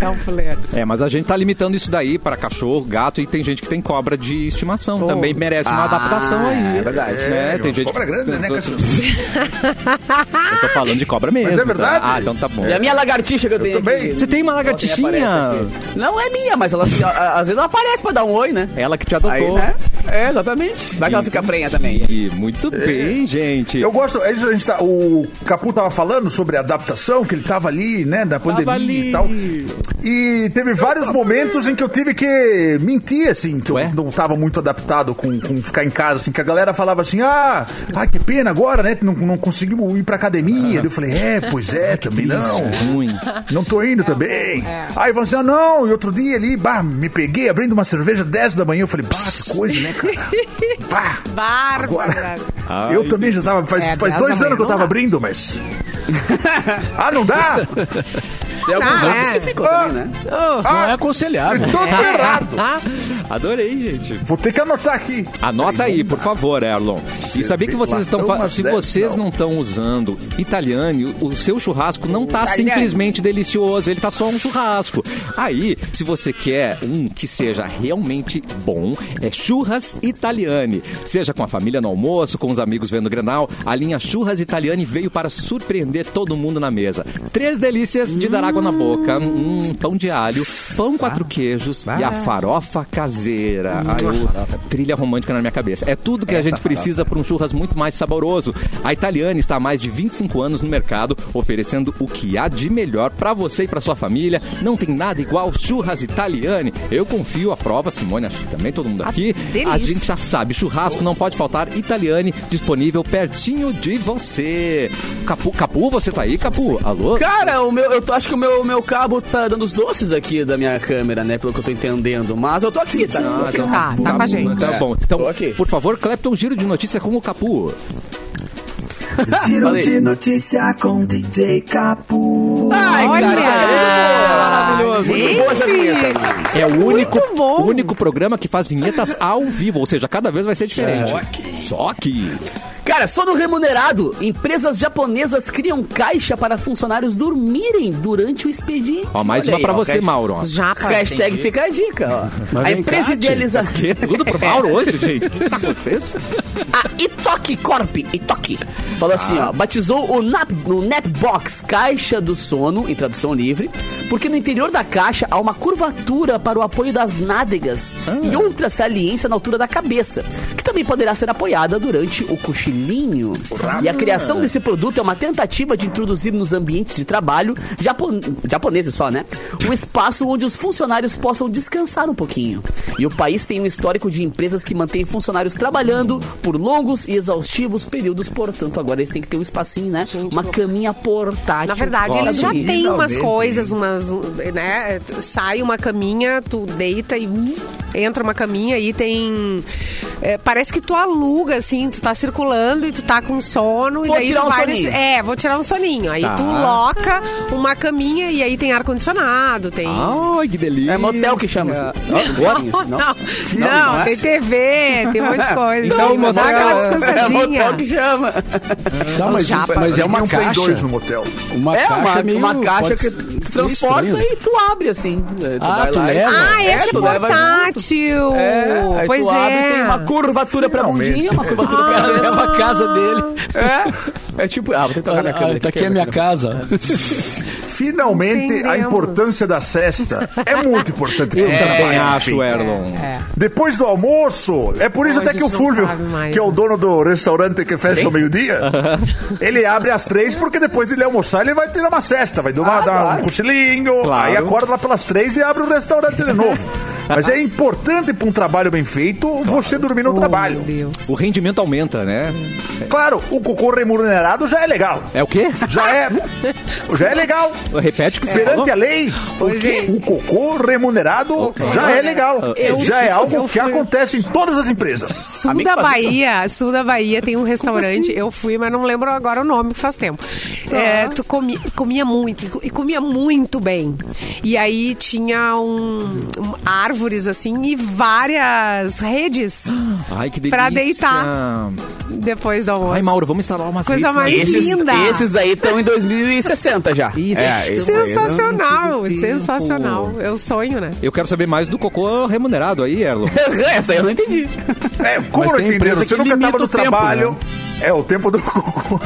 F: É um puleiro.
A: É, mas a gente tá limitando isso daí para cachorro, gato e tem gente que tem cobra de estimação. Também merece uma adaptação aí. É verdade.
D: É,
A: tem gente
D: cobra
A: que-
D: grande, né, cachorro?
A: Eu tô falando de cobra mesmo.
D: Mas é verdade?
A: tá? Ah, então tá bom.
B: E a minha lagartixa que eu, tenho.
D: também.
B: aqui.
A: Você tem uma lagartixinha?
B: Aparece aqui. Não é minha, mas ela, a- a- às vezes ela aparece pra dar um oi, né?
A: Ela que te adotou.
B: Aí, né? É, exatamente. Vai que ela fica prenha também.
A: Ih, muito bem, gente.
D: Eu gosto, a gente tá, o Capu tava falando sobre a adaptação, que ele tava ali, né, da pandemia
A: ali.
D: e tal. E teve vários momentos em que eu tive que mentir, assim, que
A: Ué?
D: eu não tava muito adaptado com, com ficar em casa, assim, que a galera falava assim, ah, ai, que pena agora, né, não, não conseguimos ir pra academia. Daí Eu falei, é, pois é, também não.
A: Ruim.
D: Não tô indo também. Aí vão assim, ah, não, e outro dia ali, bah, me peguei abrindo uma cerveja 10 da manhã, eu falei, bah, que coisa, né, cara? Bah,
F: Bárbara.
D: Agora,
E: Ah,
D: eu também já tava. Faz,
F: É,
D: faz
F: dez
D: dois
F: da manhã
D: anos que eu
F: não
D: tava
F: dá.
D: abrindo, mas. ah, não dá?
F: É.
B: Tem alguns
F: Ah,
B: anos
F: é.
B: que ficou também, né?
E: Não é aconselhável.
D: Tô errado.
A: Adorei, gente.
D: Vou ter que anotar aqui.
A: Anota aí, por favor, Erlon. E sabia que vocês estão. fa-
D: Umas
A: Se
D: dez,
A: vocês
D: não.
A: não estão usando italiano, o seu churrasco não tá simplesmente delicioso, ele tá só um churrasco. Aí, se você quer um que seja realmente bom, é Churras Italiane. Seja com a família no almoço, com os amigos vendo o Grenal, a linha Churras Italiane veio para surpreender todo mundo na mesa. Três delícias de dar água na boca, um pão de alho, pão quatro queijos e a farofa caseira. Ai, eu- trilha romântica na minha cabeça. É tudo que a gente precisa para um churras muito mais saboroso. A Italiane está há mais de 25 anos no mercado, oferecendo o que há de melhor para você e para sua família. Não tem nada igual churras Italiane. Eu confio, a prova, Simone, acho que também todo mundo aqui. A
F: delícia.
A: gente já sabe, churrasco não pode faltar. Italiane disponível pertinho de você. Capu, Capu, você tá aí, Capu?
F: Ah.
A: Alô?
B: Cara, o meu, eu tô- acho que o meu, meu cabo tá dando os doces aqui da minha câmera, né? Pelo que eu tô entendendo. Mas eu tô aqui, tá? Tô aqui.
F: Tá, tá com a gente.
A: Tá bom. Então,
B: é. Tô aqui.
A: por favor, Clepton, um giro de notícia com o Capu.
B: Falei.
I: notícia com DJ Capu.
B: Ai,
F: Olha!
B: cara, essa vinheta é maravilhosa. Muito boa essa
F: Gente!
B: vinheta, mano.
A: É o único,
F: muito bom.
A: o único programa que faz vinhetas ao vivo, ou seja, cada vez vai ser diferente. Só que.
B: Cara, sono remunerado. Empresas japonesas criam caixa para funcionários dormirem durante o expediente.
A: Ó, mais
B: Olha
A: uma
B: aí,
A: pra
B: ó,
A: você,
B: hashtag-
A: Mauro. ó.
F: Os japas.
B: Hashtag fica a dica, ó.
E: Mas
B: A
E: vem cá,
B: empresa
E: tia.
B: idealiza...
A: Que? Tudo pro Mauro hoje, gente? O que tá acontecendo?
B: A Itoki Corp, Itoki, falou assim,
A: Ah.
B: ó, batizou o, nap, o Napbox Caixa do Sono, em tradução livre, porque no interior da caixa há uma curvatura para o apoio das nádegas
A: Ah.
B: e outra saliência na altura da cabeça, que também poderá ser apoiada durante o cochilinho. E a criação desse produto é uma tentativa de introduzir nos ambientes de trabalho, japon, japoneses só, né? Um espaço onde os funcionários possam descansar um pouquinho. E o país tem um histórico de empresas que mantêm funcionários trabalhando por longos e exaustivos períodos, portanto, agora eles têm que ter um espacinho, né? Uma caminha portátil.
F: Na verdade, eles já
B: Olha,
F: têm umas
D: finalmente.
F: coisas, umas, né? Sai uma caminha, tu deita e uh, entra uma caminha e tem. é, parece que tu aluga, assim, tu tá circulando e tu tá com sono. e
B: Vou
F: daí
B: tirar
F: tu
B: um
F: vai
B: soninho. Tá.
F: É, vou tirar um soninho. Aí tu loca uma caminha e aí tem ar-condicionado, tem.
B: Ah,
A: Ai, que delícia.
B: É motel que chama.
F: Não,
B: What?
F: não, tem TV, tem um monte de coisa.
A: Então,
F: Sim, mas dá
A: motel-
F: aquela
B: É
F: descansadinha.
B: motel que chama.
E: Tá, mas,
F: japas.
E: mas é
D: Eu
E: uma
D: comprei dois
E: caixa.
D: no motel.
E: Uma
B: é uma,
E: caixa meio...
B: uma caixa
E: pode
B: que
E: ser-
B: tu
E: meio
B: transporta
E: estranho. né?
B: e tu abre assim. É,
E: Ah,
B: vai
E: tu
B: lá e-
E: leva?
F: Ah, esse é
B: tu leva junto.
F: portátil.
B: É, aí
F: pois
B: tu
F: é. Ah,
B: abre, tem uma curvatura pra
D: Finalmente.
B: bundinha, uma curvatura pra
E: Cara,
A: É
B: cabeça.
E: leva a casa dele.
B: É, é tipo, ah, vou tentar tocar minha
E: Olha,
B: câmera.
E: olha, tá aqui
A: é
E: a minha casa.
D: Finalmente, a
F: Entendemos.
D: importância da cesta é muito importante.
A: Eu
D: pro
A: também
D: trabalho,
A: acho,
D: enfim.
A: Erlon.
F: É.
D: Depois do almoço, é por isso
F: Hoje
D: até que o
F: a gente
D: Fulvio,
F: não sabe mais,
D: que é o
F: né?
D: dono do restaurante que fecha ao meio-dia, ele abre às três, porque depois ele almoçar, ele vai tirar uma cesta, vai dar, uma-
B: Ah,
D: dar
B: claro.
D: um cochilinho,
A: Claro.
D: aí acorda lá pelas três e abre o restaurante de novo. Mas é importante para um trabalho bem feito você dormir no trabalho.
A: O rendimento aumenta, né?
D: Claro, o cocô remunerado já é legal.
A: É o quê?
D: Já é. Já é legal.
A: Repete o que
F: É.
A: você falou.
D: Perante a lei,
F: Ô, gente.
D: o cocô remunerado já é legal.
F: Eu-
D: já é algo
F: eu
D: que
F: fui-
D: acontece em todas as empresas.
F: Sul
A: Amigo,
F: da
A: faz isso. assim?
F: Bahia, sul da Bahia tem um restaurante. Eu fui, mas não lembro agora o nome, que faz tempo.
A: Tá.
F: É, tu comi- comia muito e co- e comia muito bem. E aí tinha um, um- árvores assim e várias redes
A: Ai, que delícia.
F: Pra deitar. depois do almoço.
A: Ai, Mauro, vamos instalar umas
F: Coisa
A: redes na
F: mais
A: gente.
B: Esses,
F: linda.
B: esses aí estão em 2060 já.
A: Isso.
B: É, isso.
F: Sensacional, sensacional. Eu sonho, né?
A: Eu quero saber mais do cocô remunerado aí, Erlon.
B: Essa aí eu não entendi.
D: É, como não
E: Mas tem
D: entenderam?
E: empresa
D: Você
E: que
D: nunca
E: limita
D: estava no
E: o tempo,
D: trabalho.
B: né?
D: É o tempo do cocô.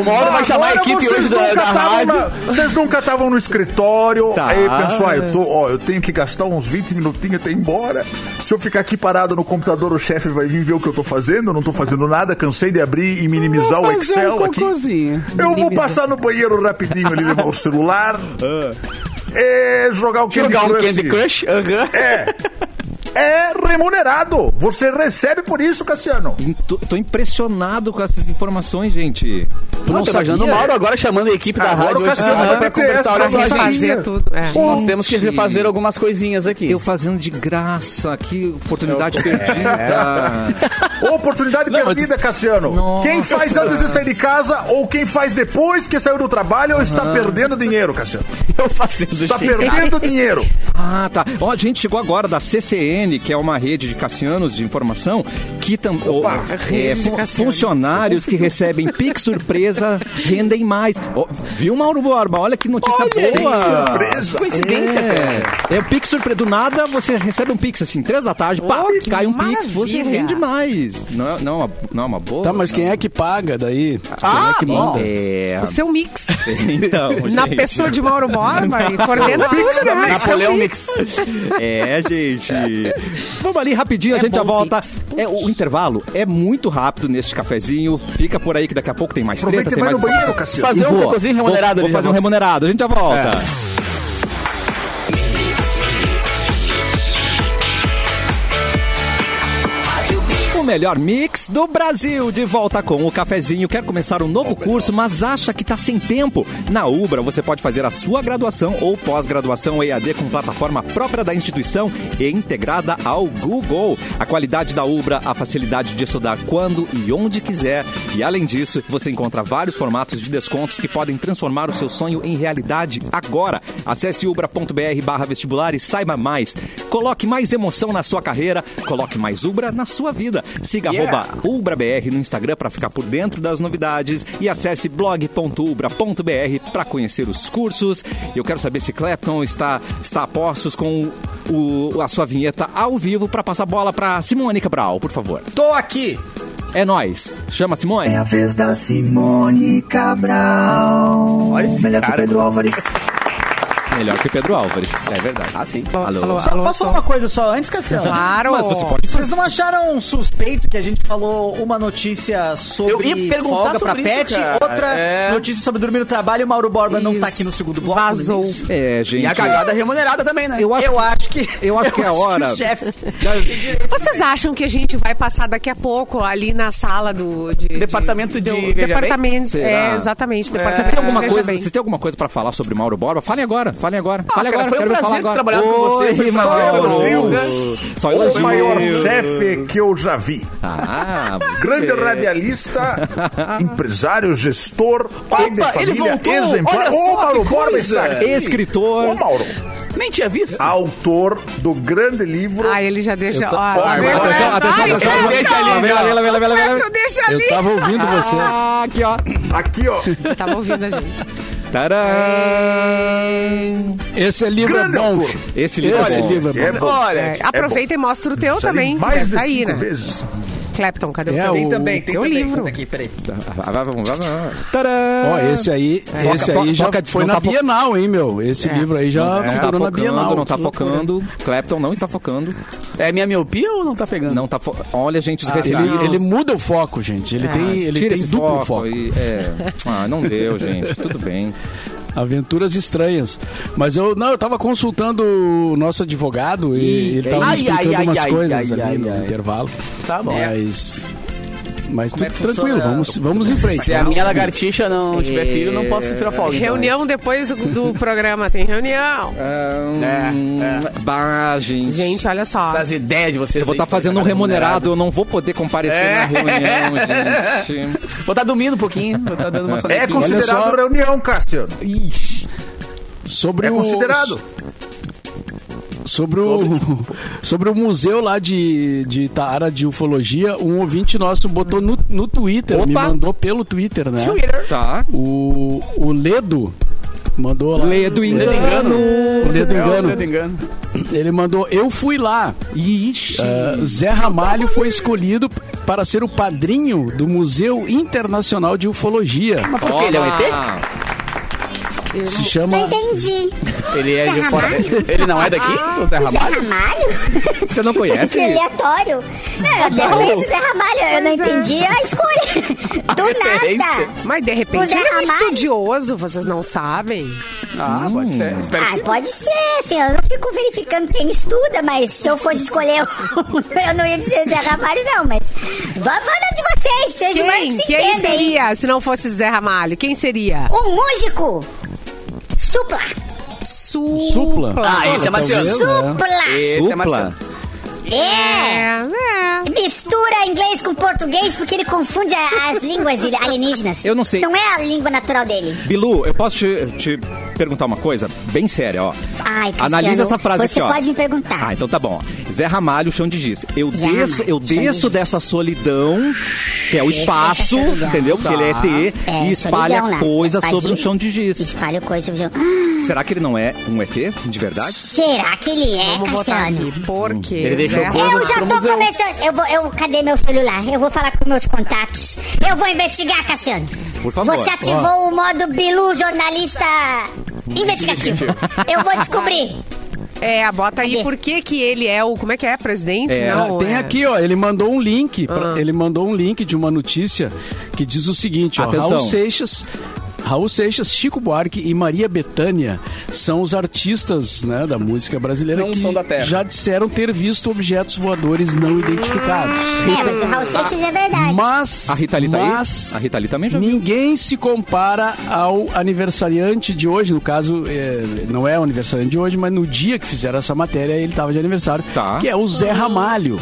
B: Uma hora vai chamar a
D: Agora
B: equipe
D: vocês
B: hoje da,
D: nunca
B: da
D: estavam
B: rádio.
D: na- Vocês nunca estavam no escritório.
A: Tá.
D: Aí pensou, ah, eu, tô, ó, eu tenho que gastar uns 20 minutinhos até ir embora. Se eu ficar aqui parado no computador, o chefe vai vir ver o que eu tô fazendo. Eu não tô fazendo nada, cansei de abrir e minimizar
B: tá
D: o Excel aqui. Eu vou passar no banheiro rapidinho ali, levar o celular. É, jogar o Candy
B: Ah. Jogar um
D: Crush.
B: Candy Crush. aham.
D: É remunerado. Você recebe por isso, Cassiano.
A: Em- Tô, tô impressionado com essas informações, Então, gente.
E: Tu
B: Não,
E: não
B: tô imaginando
E: sabia?
B: o Mauro agora chamando a equipe da
D: Agora
B: rádio.
D: o Cassiano
B: hoje,
D: vai
B: ah, pra
D: bater
B: conversar
D: essa
B: olha
D: pra
B: só.
D: vocês.
F: Fazer tudo. é.
B: Nós temos que
A: Gente.
B: refazer algumas coisinhas aqui.
A: Eu fazendo de graça, que oportunidade perdida.
D: Oportunidade perdida, Cassiano.
A: Nossa.
D: Quem faz antes de sair de casa ou quem faz depois que saiu do trabalho está perdendo dinheiro, Cassiano.
B: Eu fazendo
D: Está
B: xixi.
D: perdendo dinheiro.
A: Ah, tá. Ó, a gente chegou agora da CCN, que é uma rede de cassianos de informação, que também.
F: rede de cassianos.
A: funcionários que recebem Pix surpresa rendem mais. Ó, viu, Mauro Borba? Olha que notícia
B: Olha,
A: boa!
D: Que surpresa.
B: Coincidência, cara.
A: É, é o Pix surpresa. Do nada você recebe um Pix, assim, três da tarde, pá,
F: Oh, que
A: cai um Pix, você
F: maravilha.
A: rende mais. Não, é- não, é uma- não é uma boa.
E: Tá, mas quem é que paga daí?
B: Ah,
E: quem é que
B: bom.
E: manda?
A: É.
F: O seu mix.
A: Então,
F: Na
A: gente.
F: pessoa de Mauro Borba e coordena tudo, né?
B: Napoleão Mix.
A: É, gente. Vamos ali rapidinho, a gente já
F: bom,
A: volta. É, o intervalo é muito rápido neste cafezinho. Fica por aí que daqui a pouco tem mais treta,
D: Aproveita e
A: tem
D: vai
A: mais...
D: no banheiro, Cassiano.
B: Fazer
A: E
B: um
A: vou.
B: cocôzinho remunerado
A: Vou,
B: ali,
A: vou fazer um
B: já volto.
A: remunerado, a gente já volta. O melhor mix do Brasil, de volta com o cafezinho. Quer começar um novo curso, mas acha que está sem tempo? Na Ubra, você pode fazer a sua graduação ou pós-graduação EAD com plataforma própria da instituição e integrada ao Google. A qualidade da Ubra, a facilidade de estudar quando e onde quiser. E além disso, você encontra vários formatos de descontos que podem transformar o seu sonho em realidade agora. Acesse ubra.br barra vestibular e saiba mais. Coloque mais emoção na sua carreira, coloque mais Ubra na sua vida. Siga
B: Yeah.
A: arroba UbraBR no Instagram para ficar por dentro das novidades e acesse blog.ubra.br para conhecer os cursos. Eu quero saber se Clapton está, está a postos com o- a sua vinheta ao vivo para passar bola para Simone Cabral, por favor.
C: Tô aqui.
A: É nós. Chama a Simone.
I: É a vez da Simone Cabral.
B: Olha esse
I: Melhor que o
B: cara.
I: Pedro Álvares.
A: Melhor que Pedro Álvares. É verdade.
B: É. Ah, sim.
A: Alô.
C: Só, posso falar uma coisa só antes, Cassiano?
F: Claro.
A: Mas você pode
C: Vocês não acharam suspeito que a gente falou uma notícia sobre
B: Eu ia perguntar
C: folga pra
B: sobre isso,
C: pet,
B: cara.
C: outra
B: É.
C: notícia sobre dormir no trabalho e o Mauro Borba não tá
F: Isso.
C: aqui no segundo bloco?
F: Vazou.
A: É, gente.
B: E a cagada remunerada também, né?
A: Eu acho,
C: Eu acho que.
A: eu acho que é a hora.
C: o chefe-
F: Vocês acham que a gente vai passar daqui a pouco ali na sala do de-
B: Departamento de
F: do-
B: Veja Bem?
F: departamento,
A: Será?
F: é exatamente.
A: Vocês
F: Departamento
A: têm
F: de
A: alguma
F: Veja
A: coisa,
F: Bem.
A: vocês têm alguma coisa para falar sobre Mauro Borba? Falem agora, falem agora. Falem
B: cara,
A: agora,
B: foi um
A: quero ver falar
B: prazer
A: agora.
B: trabalhar com você,
A: Oi,
B: foi um né?
A: Mauro.
D: só elogios.
A: Só Ah,
D: O maior
A: elogios.
D: chefe que eu já vi.
A: Ah,
B: É.
D: Grande radialista, empresário, gestor, pai de
B: ele
D: família,
B: voltou.
D: exemplar.
B: Olha só
D: Ô, Mauro
B: que
D: Borba
B: coisa.
D: está aqui.
A: Escritor.
D: Ô, Mauro,
B: Nem tinha visto.
D: autor do grande livro.
F: Ah, ele já deixa. Ó,
D: Ó,
F: tá
D: agora,
F: vendo?
D: atenção,
A: atenção,
F: Ai, ai,
A: atenção,
F: ai,
A: atenção.
F: deixa ali,
A: Lá vem, lá vem, lá vem, lá vem, lá vem.
F: Como é que eu deixo ali?
E: Eu tava ouvindo você.
A: Ah, aqui, ó.
D: Aqui, ó.
F: Tava ouvindo a gente.
A: Tcharam.
E: Esse livro
D: Grande
E: é bom.
D: autor.
E: filho.
A: Esse livro
E: Esse
A: é bom.
E: livro é bom.
D: É bom.
B: Olha,
F: É, aproveita e mostra o teu
D: Já li
F: também.
D: Mais
F: Deve
D: de
F: tá aí,
D: cinco
F: né?
D: vezes.
F: Clapton,
E: É,
F: cadê o teu?
E: o-
C: Tem também, tem
F: Teu
C: também.
F: livro.
C: Tem aqui, peraí.
A: Vai, vai, vai, vai. Tcharam.
E: Ó, esse aí, esse
A: Foca-
E: aí já
A: foca-
E: foi
A: não
E: na
A: tá fo-
E: Bienal, hein, meu? Esse livro aí já
A: Não tá
E: figurou na
A: focando,
E: Bienal.
A: não tá
E: Que loucura.
A: focando. Clapton não está focando.
B: né? É minha miopia ou não tá pegando? Ah,
A: Não tá fo... Olha, gente, os
E: Ele,
A: recebidos.
E: ele muda o foco, gente. Ele tem, ele
A: Tira
E: tem
A: esse
E: duplo foco.
A: aí, é. Ah, não deu, gente. Tudo bem.
E: Aventuras estranhas. Mas eu não, eu tava consultando o nosso advogado e ele tava me
B: ai,
E: explicando
B: ai, ai,
E: umas
B: ai,
E: coisas
B: ai,
E: ali
B: ai,
E: no
B: ai.
E: intervalo.
B: Tá bom.
E: Mas mas tudo
C: é que
E: tranquilo,
C: funciona? é
E: vamos vamos em frente.
B: Se é a minha lagartixa não tiver filho, não posso tirar folga. então.
F: Reunião depois do, do programa, tem reunião.
B: É,
A: Bah, gente.
F: Gente, olha só.
B: Então, As ideias de vocês. tá
A: Eu vou estar
B: aí,
A: fazendo um
B: cara,
A: remunerado, eu não vou poder comparecer
B: É.
A: na reunião, gente.
B: Vou estar dormindo um pouquinho. Vou estar dando uma
D: É
B: sonequinha.
D: considerado
E: só.
D: reunião, Cássio.
E: Sobre
D: É
E: o-
D: considerado.
E: Sobre o, sobre o museu lá de, de Itaara de Ufologia, um ouvinte nosso botou no, no Twitter, me
A: Opa!
E: mandou pelo Twitter, né?
A: Tá.
E: O, o Ledo mandou lá.
A: Ledo
B: Ledo
A: é engano.
B: engano.
E: O Ledo
B: É,
E: Engano.
B: Ledo engano.
E: Ele mandou, eu fui lá.
A: Ixi.
E: Ah, Zé Ramalho foi escolhido para ser o padrinho do Museu Internacional de Ufologia.
B: Mas por que ele é um ET?
E: Se chama...
G: Não entendi.
B: Ele é de
G: Zé
B: fora.
G: Ramalho?
B: Ele não é daqui? O Zé
G: Zé
B: Ramalho?
G: Ramalho?
A: Você não
G: Que
A: conhece?
G: aleatório. Não, eu até conheço o Zé Ramalho. Eu não entendi a escolha. Do
B: referência.
G: nada.
F: Mas de repente
G: Zé
F: ele é um
G: Ramalho?
F: estudioso, vocês não sabem.
B: Ah, pode ser. Espero que
G: Ah,
B: sim.
G: pode ser, assim, eu não fico verificando quem estuda, mas se eu fosse escolher um, eu não ia dizer Zé Ramalho, não, mas vá vá na de vocês, vocês
F: Quem?
G: mais é que se
F: Quem
G: entendem.
F: seria, se não fosse Zé Ramalho? Quem seria?
G: Um músico! Supla!
E: Supla.
B: Ah, esse é
E: Talvez,
B: Matheus.
E: né?
G: Supla!
B: Esse é
A: Hum. Supla.
B: Matheus.
F: É,
G: É!
F: é.
G: Mistura inglês com português porque ele confunde a- as línguas alienígenas.
A: Eu não sei.
G: Não é a língua natural dele.
A: Bilu, eu posso te, te perguntar uma coisa bem séria, ó.
G: Ai, Cristiano,
A: Analisa essa frase
G: você
A: aqui, ó.
G: pode me perguntar.
A: Ah, então tá bom. ó. Zé Ramalho, chão de giz. Eu
G: Zé
A: desço,
G: Ramalho,
A: eu
G: chão de
A: desço
G: giz.
A: dessa solidão, que é o
G: Desço
A: espaço,
G: dessa solidão.
A: entendeu? Porque ele é ET
G: É,
A: e espalha
G: solidão lá. um
A: coisa
G: Fazia-
A: sobre o chão de giz.
G: Espalha coisa sobre o chão.
A: Será que ele não é um ET, de verdade?
G: Será que ele é,
F: Vamos botar
G: Cassiano? É,
F: aqui. né? Por quê?
B: Ele deixou
F: Zé
B: coisa-
G: Eu já
B: pro
G: tô
B: museu.
G: começando. Eu vou, eu, cadê meu celular? Eu vou falar com meus contatos. Eu vou investigar, Cassiano.
A: Por favor.
G: Você ativou o modo Bilu jornalista investigativo. eu vou descobrir.
F: É, bota aí
G: Cadê?
F: por que que ele é o... Como é que é? Presidente?
A: É,
E: Ah,
F: não,
E: tem
F: é. Ah.
E: aqui, ó, ele mandou um link, pra- ele mandou um link de uma notícia que diz o seguinte, ó,
A: Atenção.
E: Raul Seixas, Raul Seixas, Chico Buarque e Maria Bethânia são os artistas, né, da música brasileira
B: Não
E: que
B: são da Terra.
E: já disseram ter visto objetos voadores não identificados.
G: É, mas o Raul Seixas é verdade.
E: Mas
A: A Rita Lee tá aí?
E: mas
A: A Rita Lee também já viu.
E: Ninguém se compara ao aniversariante de hoje, no caso, é, não é o aniversariante de hoje, mas no dia que fizeram essa matéria, ele estava de aniversário,
A: Tá. Ah.
E: que é o
F: Ah.
E: Zé Ramalho,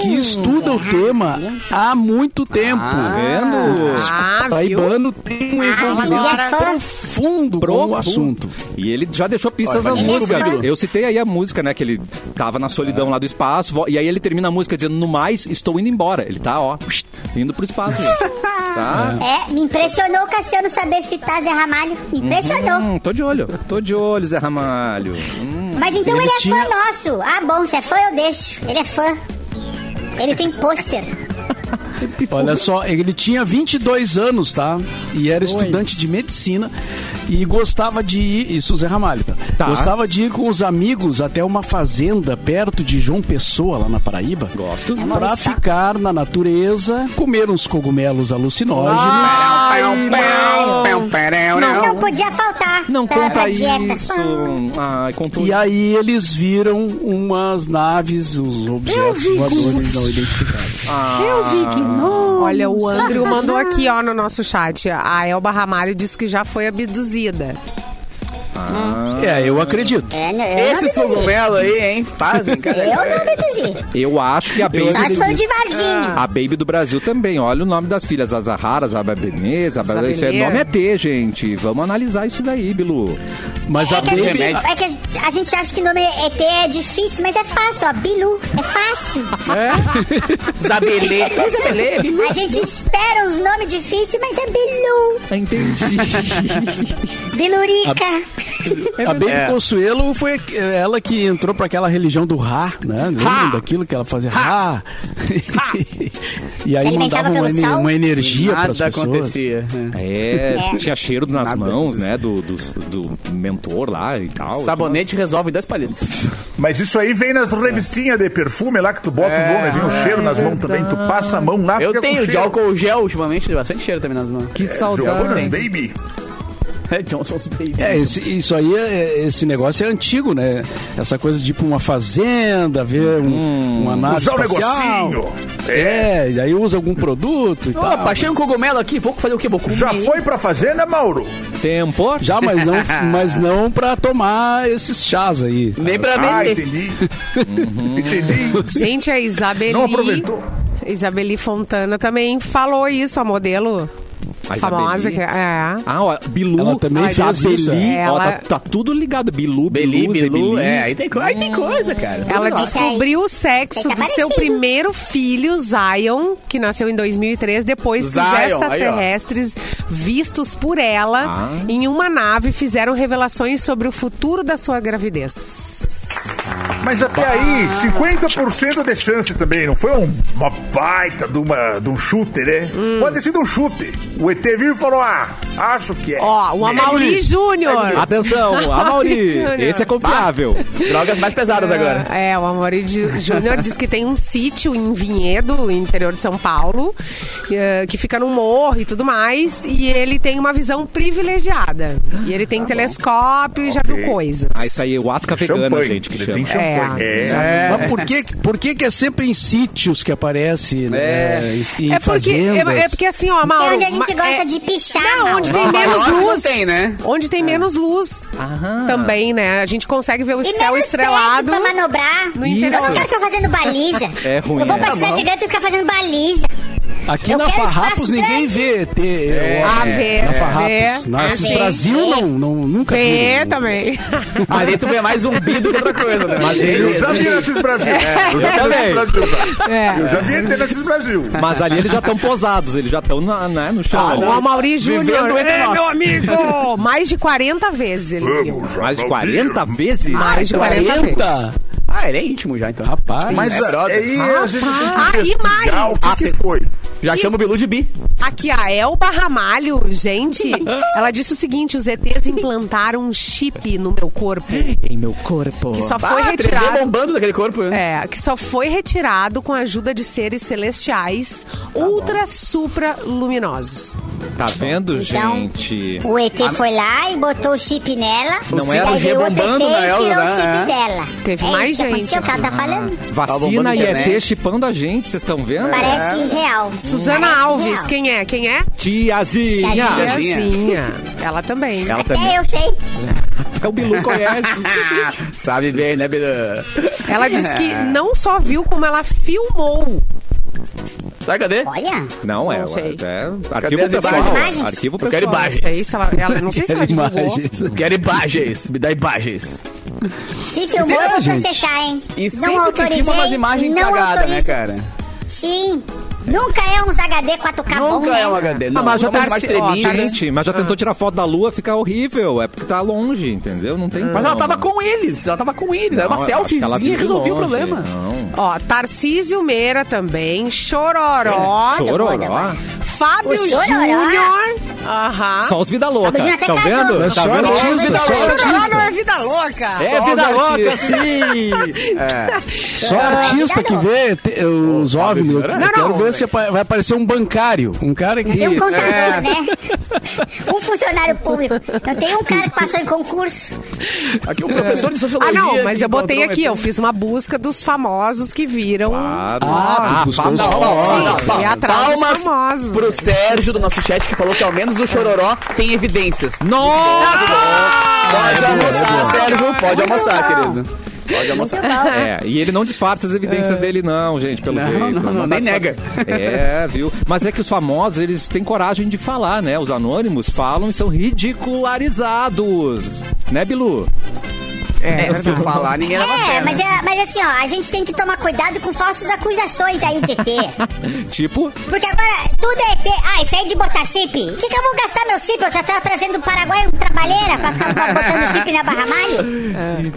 E: que estuda o tema há muito tempo.
G: Ah.
A: Tá vendo?
F: Ah, viu? Ah,
E: Taibano tem um envolvimento
F: é
G: agora-
E: profundo com o assunto.
A: E ele É. já deixou pistas
E: Olha,
A: nas
E: ele é
A: músicas.
G: fã.
A: Eu citei aí a música, né? Que ele tava na solidão lá do espaço. vo- E aí ele termina a música dizendo, no mais, estou indo embora. Ele tá, ó, indo pro espaço. gente. tá?
G: É, me impressionou o Cassiano saber citar Zé Ramalho. Me impressionou.
A: Hum, tô de olho. Tô de olho, Zé Ramalho. Hum.
G: Mas então
E: Ele
G: ele, é
E: tinha-
G: fã nosso. Ah, bom, se é fã, eu deixo. Ele é fã. Ele tem pôster.
E: Olha só, ele tinha 22 anos, tá? E era estudante de medicina e gostava de ir, isso o Zé Ramalho, tá?
A: Tá.
E: Gostava de ir com os amigos até uma fazenda perto de João Pessoa, lá na Paraíba.
A: Gosto. É
E: Pra ficar na natureza, comer uns cogumelos alucinógenos.
A: Ah,
G: Não, não podia faltar.
A: Não
G: pra, pra
A: conta
G: dieta.
A: isso. Ai, contou.
E: E aí eles viram umas naves, os objetos voadores não identificados.
F: Olha, o Andrew mandou aqui, ó, no nosso chat. A Elba Ramalho disse que já foi abduzida.
A: Ah.
E: É, eu acredito.
G: É, não, eu
B: Esses
G: não abduzi.
B: cogumelos aí, hein? Fazem, cara.
G: Eu não abduzi.
A: Eu Ah, acho que a
G: Só Tá,
A: Baby...
G: se for de Varginha.
A: A Baby do Brasil também. Olha o nome das filhas. As Aharas, a Babeneza. A Babeneza. Isso é
F: Sabeneira.
A: nome é T, gente. Vamos analisar isso daí, Bilu.
E: Mas
G: É
E: a
G: que, a gente,
E: Baby.
B: remédio.
G: é que a- a gente acha que o nome ET é difícil, mas é fácil, ó. Bilu, é fácil.
B: Zabelê. Zabelê.
G: A gente espera uns nomes difíceis, mas é Bilu.
A: Entendi.
G: Bilurica.
E: A Baby Consuelo foi ela que entrou pra aquela religião do Ra, né? Lembra daquilo que ela fazia? Ra! e aí
G: alimentava
E: mandava uma,
G: é pelo
E: ener-
G: sal?
E: uma energia para as
B: Nada
E: pessoas.
B: acontecia.
A: É,
G: É.
A: tinha cheiro nas mãos, né? Do, do, do mentor lá e tal.
B: Sabonete resolve das palhetas.
D: Mas isso aí vem nas revistinhas de perfume lá que tu bota o nome, vem o cheiro nas mãos também. Tu passa a mão lá,
B: Eu
D: Ah, fica com
B: tenho de
D: cheiro.
B: álcool gel ultimamente, tem bastante cheiro também nas mãos.
A: Que saudade.
D: Giovanna's Baby.
B: Johnson's Baby.
E: É, esse- isso aí, é- esse negócio é antigo, né? Essa coisa de ir pra uma fazenda, ver um, uma nave
D: Usar um
E: espacial.
D: negocinho.
E: É, e aí usa algum produto e
B: Opa,
E: tal.
B: achei um cogumelo aqui, vou fazer o quê? Vou comer.
D: Já foi pra fazenda, Mauro?
A: Tempo.
E: Já, mas não, mas não pra tomar esses chás aí.
B: Nem pra
D: Ah,
B: vender.
D: entendi. Entendi.
F: Gente, a Isabeli.
D: Não aproveitou.
F: Isabeli Fontana também falou isso, a modelo
A: A
F: famosa.
A: Isabeli?
F: que- é.
A: Ah, ó, Bilu.
E: Ela também
A: a
E: fez
A: Beli,
E: isso,
F: é.
A: ó,
F: Ela-
A: tá, tá tudo ligado. Bilu,
B: Beli,
A: Bilu, Zé
B: Belu,
A: Beli.
B: é, aí tem, co- aí tem coisa, cara.
F: Ela
G: Nossa.
F: descobriu o sexo
G: Tem que
F: do seu
G: aparecer.
F: primeiro filho, Zion, que nasceu em 2003, depois que os
B: Zion, aí, ó.
F: extraterrestres vistos por ela
B: Ah.
F: em uma nave fizeram revelações sobre o futuro da sua gravidez.
D: Mas até aí, 50% de chance também. Não foi um- uma baita de, uma, de um chute, né?
F: Hum.
D: Pode ter sido um chute. O ET viu e falou, ah, acho que é.
F: Ó, o Amaury Júnior.
A: Atenção, a Mauri.
F: Júnior.
A: Esse é confiável.
B: Drogas mais pesadas agora.
F: É, o Amaury Jú- Júnior diz que tem um sítio em Vinhedo, interior de São Paulo, eh, que fica num morro e tudo mais, e ele tem uma visão privilegiada. E ele
B: Tá
F: tem telescópio e já viu coisas.
A: Ah, isso aí, é o Asca Vegana,
D: champanhe.
A: gente, que
D: Ele
A: chama.
D: tem champanhe.
F: É,
D: É.
E: Mas por que, por que que é sempre em sítios que aparece, né? Em, em
F: É porque,
E: fazendas?
F: é, é porque assim, ó, Mauro...
G: É onde a gente
F: ma-
G: gosta
F: é-
G: de pichar.
F: Não, onde tem menos
B: York não
F: luz.
B: tem, né?
F: Onde tem menos luz também, né? A gente consegue ver o
G: E
F: céu
G: menos
F: estrelado.
G: prédio pra manobrar.
F: No
G: eu não
F: interior.
G: quero ficar fazendo baliza.
A: É ruim,
G: Eu vou pra
A: né?
G: cidade grande e ficar fazendo baliza.
E: Aqui
G: Eu
E: na
G: quero
E: Farrapos
G: espaço
E: ninguém
G: grande.
E: vê. ET, eu acho.
F: Ah, vê,
E: É. na
F: vê,
E: Farrapos.
F: vê.
E: Nossa,
G: Ah, vê.
E: Brasil não, não, nunca
F: É. Vê tá
E: vi.
F: também.
B: Ali tu vê mais zumbi do que outra coisa, né? Mas
D: Eu já vi nesses Brasil. Eu já vi nesses Brasil. já.
F: É.
D: Eu já vi ET nesses Brasil.
A: Mas ali eles já estão posados, eles já estão na- né, no chão. ali.
F: O Amaury Júnior.
B: entre
F: É,
B: nós.
F: meu amigo! Mais de 40 vezes ele viu.
D: Vamos,
A: Mais de
D: Ronaldinho.
A: 40 vezes?
F: Mais de 40, vezes.
E: Eita!
B: Ah, ele é íntimo já, então.
E: Rapaz,
D: Mas
B: É brother.
D: aí a gente tem que
F: Rapaz.
D: investigar
F: Ah, e
D: o que, que foi.
B: Já chama o Bilu de bi.
F: Aqui, a Elba Ramalho, gente, ela disse o seguinte, os ETs implantaram um chip no meu corpo,
A: Em meu corpo.
F: que só foi
B: Ah, 3D
F: retirado...
B: bombando daquele corpo, né?
F: É, que só foi retirado com a ajuda de seres celestiais ultra supra luminosos.
A: Tá vendo,
G: Então,
A: gente?
G: O ET foi lá e botou o chip nela.
A: Não
G: e
A: era
G: daí veio outro
B: rebombando
G: ET
B: na
G: e
B: Elza,
G: tirou
B: né?
G: o
B: É.
G: chip dela.
F: Teve
G: é
F: mais
G: isso que
F: gente.
G: aconteceu, que ela tá falando.
A: Vacina
B: bombando
A: e ET
B: internet.
A: chipando a gente, vocês estão vendo?
G: Parece real.
F: Suzana
G: Parece
F: Alves,
G: real.
F: quem é? Quem é?
A: Tiazinha.
G: Tiazinha.
F: Tiazinha. Ela também.
A: Ela também.
G: É, eu sei.
A: É o Bilu conhece.
B: Sabe bem, né, Bilu?
F: Ela disse que não só viu, como ela filmou.
B: Sabe cadê?
G: Olha.
A: Não, é.
F: Não sei.
A: é
B: Cadê
A: arquivo
B: as
A: pessoal.
G: imagens?
A: Arquivo
B: Eu
A: pessoal.
B: quero
F: Não
B: imagens.
F: sei se É ela, ela- não sei se ela divulgou.
E: imagens.
B: Quero imagens. Me dá imagens.
G: Se filmou,
E: Será,
G: eu vou
E: gente?
G: processar, hein?
B: é E sempre que filma umas imagens
G: não
B: cagadas, né,
G: autorizo.
B: cara?
G: Sim. Nunca é uns HD 4K bom,
B: Nunca
G: né?
B: é um HD. Não,
A: Ah, mas já
B: Só umas
A: tá-
B: mais
F: ó,
B: treminhas.
F: tá-
A: Gente, mas já tentou
B: Ah.
A: tirar foto da lua, fica horrível. É porque tá longe, entendeu? Não tem
B: Mas ela
A: como.
B: tava com eles. Ela tava com eles. Era
A: Não,
B: uma
A: eu acho que
B: selfiezinha
A: ela
B: e
A: viu de
B: resolveu o
A: longe.
B: problema.
A: Não.
F: Ó, Tarcísio Meira também, Chororó.
A: É, Chororó.
F: Fábio
G: O Chororó.
F: Júnior. Aham.
A: Só os vida louca.
G: Imagina até
A: Estão
G: casando.
A: vendo?
G: Mas
A: Tá
E: só
A: vendo?
E: artista,
A: Os vida
E: só
A: louca.
F: Chororó
E: artista.
F: não é vida louca.
A: É vida
B: Só os
A: louca,
B: artistas.
A: sim!
E: Só artista que vê te- os OVNI. Eu
B: Não,
E: eu quero
F: não.
E: ver se apa- vai aparecer um bancário. Um cara que...
G: Tem um contador,
B: É.
G: né? Um funcionário público. Não tem um cara que passou em concurso.
B: Aqui o professor de
F: Ah,
B: sociologia.
F: não, mas
B: que
F: eu botei
B: encontrou
F: aqui,
B: um
F: eu fiz uma busca dos famosos que viram.
E: Ah, tu buscou
B: Palmas,
E: os
F: Sim, fui atrás dos
B: palmas
F: famosos.
B: pro Sérgio do nosso chat que falou que ao menos o Chororó tem evidências.
A: Nossa!
B: Pode almoçar, Sérgio, pode almoçar, querido. Pode almoçar.
A: É, e ele não disfarça as evidências dele, não, gente, pelo
B: É. Não,
A: jeito.
B: não, não,
A: tá
B: nem nega.
A: disfarçando. É, viu? Mas é que os famosos, eles têm coragem de falar, né? Os anônimos falam e são ridicularizados. Né, Bilu?
B: É, se eu falar, ninguém leva a
G: É,
B: fé,
G: mas,
B: né?
G: é, mas assim, ó, a gente tem que tomar cuidado com falsas acusações aí de ET.
A: Tipo,
G: Porque agora tudo é ET. Ah, isso aí de botar chip? O que, que eu vou gastar meu chip? Eu já tava trazendo do Paraguai um trabalheira pra ficar botando chip na Barra Malho?